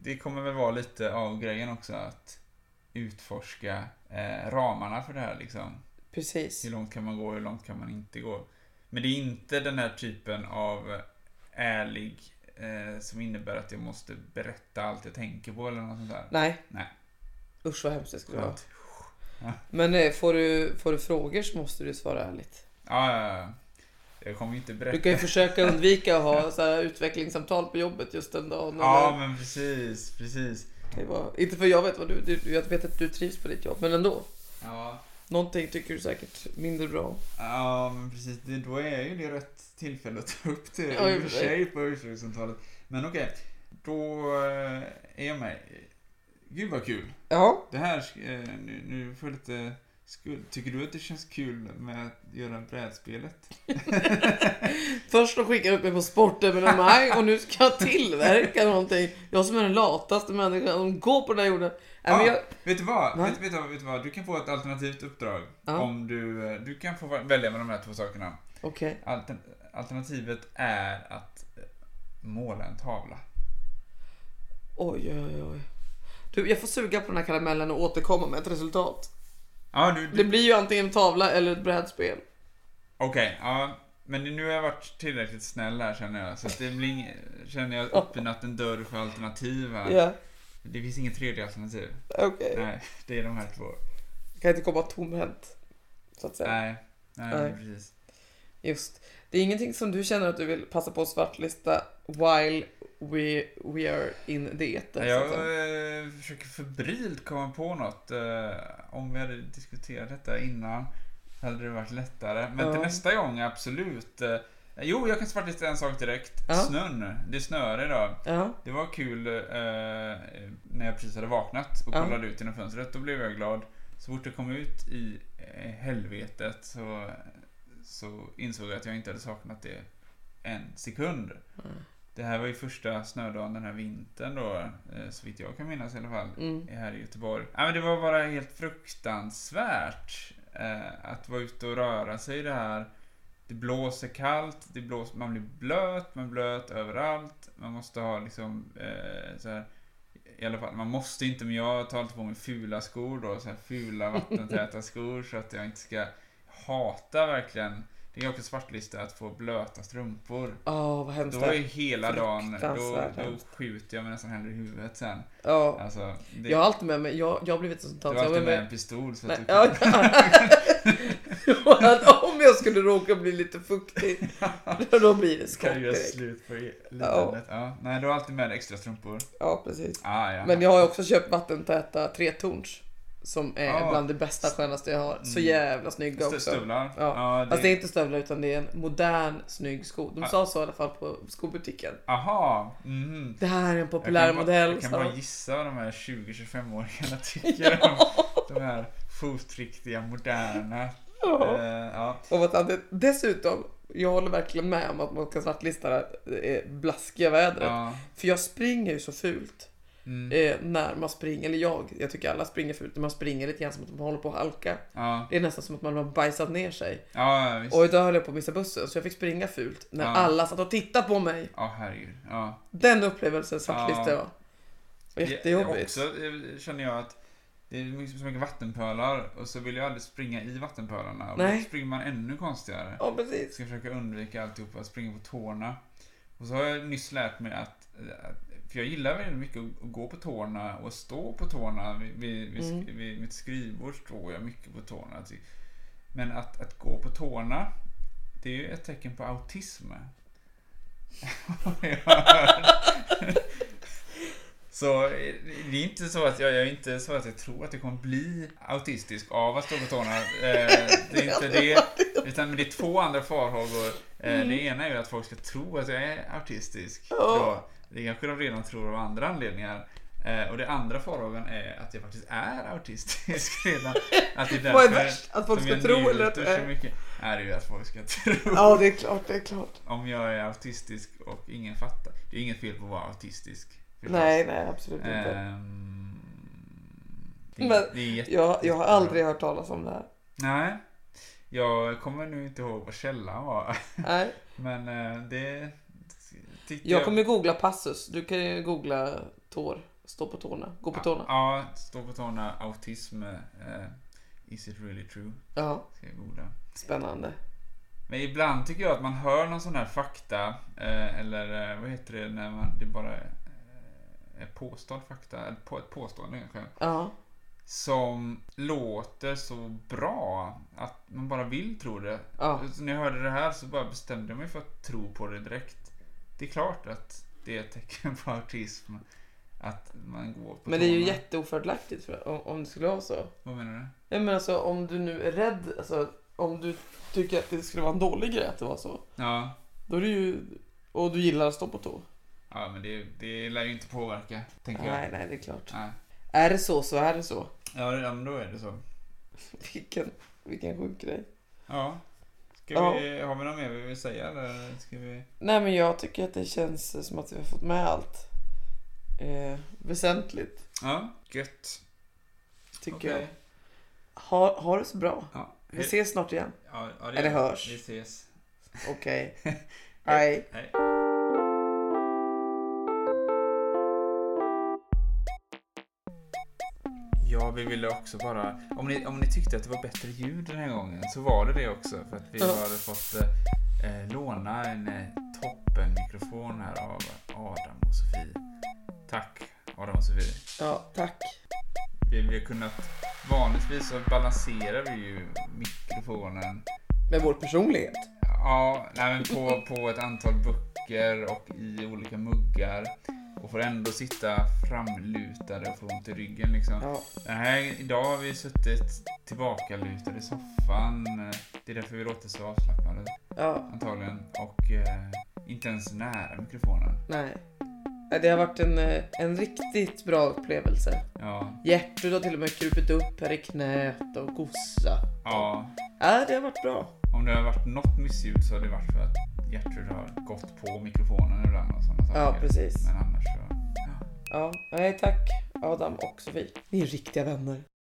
[SPEAKER 2] det kommer väl vara lite av grejen också att utforska eh, ramarna för det här liksom.
[SPEAKER 1] Precis.
[SPEAKER 2] Hur långt kan man gå och hur långt kan man inte gå? Men det är inte den här typen av eh, ärlig eh, som innebär att jag måste berätta allt jag tänker på eller något sånt där.
[SPEAKER 1] Nej.
[SPEAKER 2] Nej.
[SPEAKER 1] Usch vad hemskt det skulle vara.
[SPEAKER 2] Skönt.
[SPEAKER 1] Men eh, får du, får du frågor så måste du svara ärligt.
[SPEAKER 2] Ja, ja, ja. Jag kommer ju inte berätta.
[SPEAKER 1] Du kan ju försöka undvika att ha så här utvecklingssamtal på jobbet just den dagen.
[SPEAKER 2] Ja,
[SPEAKER 1] eller-
[SPEAKER 2] men precis, precis.
[SPEAKER 1] Det var, inte för jag vet vad du, du, jag vet att du trivs på ditt jobb, men ändå.
[SPEAKER 2] Ja,
[SPEAKER 1] Någonting tycker du säkert mindre bra om.
[SPEAKER 2] ja men precis. Det, då är ju det rätt tillfälle att ta upp det
[SPEAKER 1] Ja,
[SPEAKER 2] i
[SPEAKER 1] i
[SPEAKER 2] och
[SPEAKER 1] och
[SPEAKER 2] för
[SPEAKER 1] för sig.
[SPEAKER 2] sig på ursäktssamtalet. Men okej, då eh, är jag med. Gud vad kul.
[SPEAKER 1] Ja,
[SPEAKER 2] Det här, eh, nu, nu får jag lite skuld. Tycker du att det känns kul med att göra brädspelet?
[SPEAKER 1] först de skickar upp mig på sportevenemang och nu ska jag tillverka någonting. Jag som är den lataste människan som går på den här jorden. Nej, men
[SPEAKER 2] Ja.
[SPEAKER 1] jag,
[SPEAKER 2] Vet du vad?
[SPEAKER 1] Nej.
[SPEAKER 2] Vet, vet, du vad- vet du vad? Du kan få ett alternativt uppdrag.
[SPEAKER 1] Ja.
[SPEAKER 2] Om du, eh, du kan få välja mellan de här två sakerna.
[SPEAKER 1] Okej,
[SPEAKER 2] Altern, alternativet är att eh, måla en tavla.
[SPEAKER 1] oj oj oj. Du, jag får suga på den här karamellen och återkomma med ett resultat.
[SPEAKER 2] Ja, du, du,
[SPEAKER 1] Det blir ju antingen en tavla eller ett brädspel.
[SPEAKER 2] Okej, ja. Men nu har jag varit tillräckligt snäll här känner jag. Så att det blir ing, känner jag öppnat en dörr för alternativ här.
[SPEAKER 1] Ja,
[SPEAKER 2] Det finns inget tredje alternativ.
[SPEAKER 1] okej.
[SPEAKER 2] Nej, det är de här två.
[SPEAKER 1] Jag kan inte komma tomhänt. Så att säga.
[SPEAKER 2] Nej, nej,
[SPEAKER 1] Nej.
[SPEAKER 2] precis.
[SPEAKER 1] Just. Det är ingenting som du känner att du vill passa på att svartlista while we, we are in dieten?
[SPEAKER 2] jag
[SPEAKER 1] så att säga.
[SPEAKER 2] eh, försöker febrilt komma på något. Eh, om vi hade diskuterat detta innan hade det varit lättare. Men till
[SPEAKER 1] Ja.
[SPEAKER 2] nästa gång, absolut. Eh, jo, jag kan svartlista en sak direkt.
[SPEAKER 1] Ja.
[SPEAKER 2] Snön. Det snöar idag.
[SPEAKER 1] Ja,
[SPEAKER 2] Det var kul eh, när jag precis hade vaknat och
[SPEAKER 1] Ja.
[SPEAKER 2] kollade ut genom fönstret. Då blev jag glad. Så fort jag kom ut i eh, helvetet så, så insåg jag att jag inte hade saknat det en sekund.
[SPEAKER 1] Mm.
[SPEAKER 2] Det här var ju första snödagen den här vintern då, eh, så vitt jag kan minnas i alla fall,
[SPEAKER 1] mm.
[SPEAKER 2] här i Göteborg. Ja, men det var bara helt fruktansvärt eh, att vara ute och röra sig i det här. Det blåser kallt, det blåser, man blir blöt, man är blöt överallt. Man måste ha liksom eh, så här, i alla fall, man måste inte, men jag tar alltid på mig fula skor då, så här fula vattentäta skor så att jag inte ska hatar verkligen, det är också svartlista, att få blöta strumpor.
[SPEAKER 1] Åh, vad hemskt det
[SPEAKER 2] Då är
[SPEAKER 1] är.
[SPEAKER 2] ju hela dagen, då,
[SPEAKER 1] Fruktansvärt
[SPEAKER 2] då
[SPEAKER 1] hemskt.
[SPEAKER 2] skjuter jag mig nästan hellre i huvudet sen.
[SPEAKER 1] Ja. alltså,
[SPEAKER 2] Alltså, det,
[SPEAKER 1] Jag har alltid med mig, jag, jag har blivit ett sånt
[SPEAKER 2] du har
[SPEAKER 1] tag. så jag
[SPEAKER 2] alltid
[SPEAKER 1] har
[SPEAKER 2] med
[SPEAKER 1] med-
[SPEAKER 2] en typ. pistol så att
[SPEAKER 1] Nej,
[SPEAKER 2] du
[SPEAKER 1] ja,
[SPEAKER 2] kan...
[SPEAKER 1] Och att Om jag skulle råka bli lite fuktig, då blir det skott
[SPEAKER 2] Kan göra
[SPEAKER 1] direkt.
[SPEAKER 2] slut på lidandet. Ja. Nej, du har alltid med extra strumpor.
[SPEAKER 1] Ja, precis.
[SPEAKER 2] Ah, ja.
[SPEAKER 1] Men jag har ju också köpt vattentäta tretorns. Som är
[SPEAKER 2] Ja.
[SPEAKER 1] bland det bästa skönaste jag har. Så
[SPEAKER 2] Ah. Mm.
[SPEAKER 1] jävla snygga
[SPEAKER 2] Stö-
[SPEAKER 1] också.
[SPEAKER 2] Stövlar.
[SPEAKER 1] Ja.
[SPEAKER 2] Ja.
[SPEAKER 1] Fast det är
[SPEAKER 2] det...
[SPEAKER 1] inte stövlar utan det är en modern snygg sko. De
[SPEAKER 2] Ja.
[SPEAKER 1] sa så i alla fall på skobutiken.
[SPEAKER 2] Aha. mhm.
[SPEAKER 1] Det här är en
[SPEAKER 2] Jag kan
[SPEAKER 1] populär
[SPEAKER 2] bara-
[SPEAKER 1] modell.
[SPEAKER 2] Jag kan
[SPEAKER 1] sa
[SPEAKER 2] bara
[SPEAKER 1] de.
[SPEAKER 2] gissa vad de här 20-25-åringarna tycker om de här fotriktiga, moderna.
[SPEAKER 1] Ja.
[SPEAKER 2] Eh, ja.
[SPEAKER 1] Och vad tante, dessutom, jag håller verkligen med om att man ska svartlista det eh, blaskiga vädret.
[SPEAKER 2] ja.
[SPEAKER 1] För jag springer ju så fult.
[SPEAKER 2] Mm.
[SPEAKER 1] Eh, när man springer, eller jag, jag tycker alla springer fult. När man springer lite grann som att man håller på att halka.
[SPEAKER 2] ja.
[SPEAKER 1] Det är nästan som att man har bajsat ner sig.
[SPEAKER 2] Ja, ja, visst.
[SPEAKER 1] Och idag höll jag på att missa bussen så jag fick springa fult när
[SPEAKER 2] Ja.
[SPEAKER 1] alla satt och tittade på mig.
[SPEAKER 2] Ja, herregud. Ja.
[SPEAKER 1] Den upplevelsen svartlistar
[SPEAKER 2] Ja.
[SPEAKER 1] jag. Och Jättejobbigt.
[SPEAKER 2] Jag, också eh, känner jag att det är mycket- så mycket vattenpölar och så vill jag aldrig springa i vattenpölarna. Och
[SPEAKER 1] Nej.
[SPEAKER 2] då springer man ännu konstigare.
[SPEAKER 1] Ja precis.
[SPEAKER 2] ska försöka undvika alltihopa, springa på tårna. Och så har jag nyss lärt mig att, att- för jag gillar väldigt mycket att att gå på tårna och stå på tårna. Vid, vid, vid, sk-
[SPEAKER 1] Mm.
[SPEAKER 2] vid mitt skrivbord står jag mycket på tårna. Ty- Men att, att gå på tårna, det är ju ett tecken på autism. så eh, det är inte så att jag, jag är inte så att jag tror att jag kommer bli autistisk av att stå på tårna. Eh, Det är inte det. Utan men det är två andra farhågor. Eh,
[SPEAKER 1] Mm.
[SPEAKER 2] Det ena är ju att folk ska tro att jag är autistisk.
[SPEAKER 1] Ja.
[SPEAKER 2] Då. Det kanske de redan tror av andra anledningar. Eh, Och det andra farhågan är att jag faktiskt är autistisk redan. Att det är
[SPEAKER 1] Vad är
[SPEAKER 2] därför
[SPEAKER 1] värst? Att folk
[SPEAKER 2] som
[SPEAKER 1] ska
[SPEAKER 2] jag
[SPEAKER 1] tro eller att
[SPEAKER 2] njuter så
[SPEAKER 1] nej.
[SPEAKER 2] mycket. Nej, det är ju att folk ska tro.
[SPEAKER 1] Ja det är klart, det är klart.
[SPEAKER 2] Om jag är autistisk och ingen fattar. Det är inget fel på att vara autistisk. förstås.
[SPEAKER 1] Nej, nej absolut
[SPEAKER 2] Eh,
[SPEAKER 1] inte.
[SPEAKER 2] Ehm, det, är-
[SPEAKER 1] Men-
[SPEAKER 2] det är jätte...
[SPEAKER 1] Jag, jag har aldrig hört talas om det här.
[SPEAKER 2] Nej. Jag kommer nu inte ihåg vad källan var.
[SPEAKER 1] Nej.
[SPEAKER 2] Men eh, det tyckte
[SPEAKER 1] Jag kommer googla passus. Du kan ju googla tår. Stå på tårna. Gå på tårna.
[SPEAKER 2] Ja, ja, stå på tårna. Autism. eh, is it really true?
[SPEAKER 1] Ja,
[SPEAKER 2] Ska jag googla.
[SPEAKER 1] spännande.
[SPEAKER 2] Men ibland tycker jag att man hör någon sån här fakta, eh, eller eh, vad heter det när man, det bara eh, är påstådd fakta, eller på, ett påstående kanske,
[SPEAKER 1] Ja.
[SPEAKER 2] som låter så bra att man bara vill tro det.
[SPEAKER 1] Ja.
[SPEAKER 2] Så när jag hörde det här så bara bestämde jag mig för att tro på det direkt. Det är klart att det är ett tecken på autism, att man går på
[SPEAKER 1] Men det är ju
[SPEAKER 2] tårna.
[SPEAKER 1] jätteofördelaktigt för, om, om det skulle vara så.
[SPEAKER 2] Vad menar du?
[SPEAKER 1] Nej men alltså om du nu är rädd, alltså om du tycker att det skulle vara en dålig grej att det var så.
[SPEAKER 2] Ja.
[SPEAKER 1] Då är det ju... Och du gillar att stå på tå.
[SPEAKER 2] Ja, men det, det lär ju inte påverka, tänker
[SPEAKER 1] Nej, nej det är klart.
[SPEAKER 2] jag. Nej.
[SPEAKER 1] Är det så så är det så.
[SPEAKER 2] Ja, det- ja, men då är det så.
[SPEAKER 1] Vilken, vilken sjuk grej.
[SPEAKER 2] Ja. Ska
[SPEAKER 1] Ja.
[SPEAKER 2] Vi, har vi något mer vi vill säga eller ska vi...
[SPEAKER 1] Nej men jag tycker att det känns som att vi har fått med allt. Eh, väsentligt,
[SPEAKER 2] Ja, gött.
[SPEAKER 1] tycker
[SPEAKER 2] Okej.
[SPEAKER 1] jag. Ha, ha det så bra.
[SPEAKER 2] Ja.
[SPEAKER 1] Vi ses snart igen.
[SPEAKER 2] Ja, ja,
[SPEAKER 1] Eller hörs.
[SPEAKER 2] Vi ses.
[SPEAKER 1] Okej. Hej.
[SPEAKER 2] Hej. Ja, vi ville också bara... Om ni, om ni tyckte att det var bättre ljud den här gången så var det det också. För att vi
[SPEAKER 1] Ja.
[SPEAKER 2] hade fått eh, eh, låna en eh, toppenmikrofon här av Adam och Sofie. Tack Adam och Sofie.
[SPEAKER 1] Ja, tack.
[SPEAKER 2] Vi vi har kunnat... Vanligtvis så balanserar vi ju mikrofonen
[SPEAKER 1] Med vår personlighet.
[SPEAKER 2] ja, nej, men på, på ett antal böcker och i olika muggar. Och får ändå sitta framlutade och få ont i ryggen liksom.
[SPEAKER 1] Ja.
[SPEAKER 2] Den här, idag har vi suttit tillbakalutade i soffan. Det är därför vi låter så avslappnade
[SPEAKER 1] ja.
[SPEAKER 2] antagligen. Och eh, inte ens nära mikrofonen.
[SPEAKER 1] Nej. Nej, Det har varit en, eh, en riktigt bra upplevelse.
[SPEAKER 2] Ja,
[SPEAKER 1] Hjärtat har till och med krupit upp här i knät och gossa.
[SPEAKER 2] ja.
[SPEAKER 1] Ja, det har varit bra.
[SPEAKER 2] Om det har varit något missljud så har det varit för att Gertrud har gått på mikrofonen ibland och sådana saker.
[SPEAKER 1] Ja, precis.
[SPEAKER 2] Men annars så...
[SPEAKER 1] Ja, nej tack Adam och Sofie. Ni är riktiga vänner.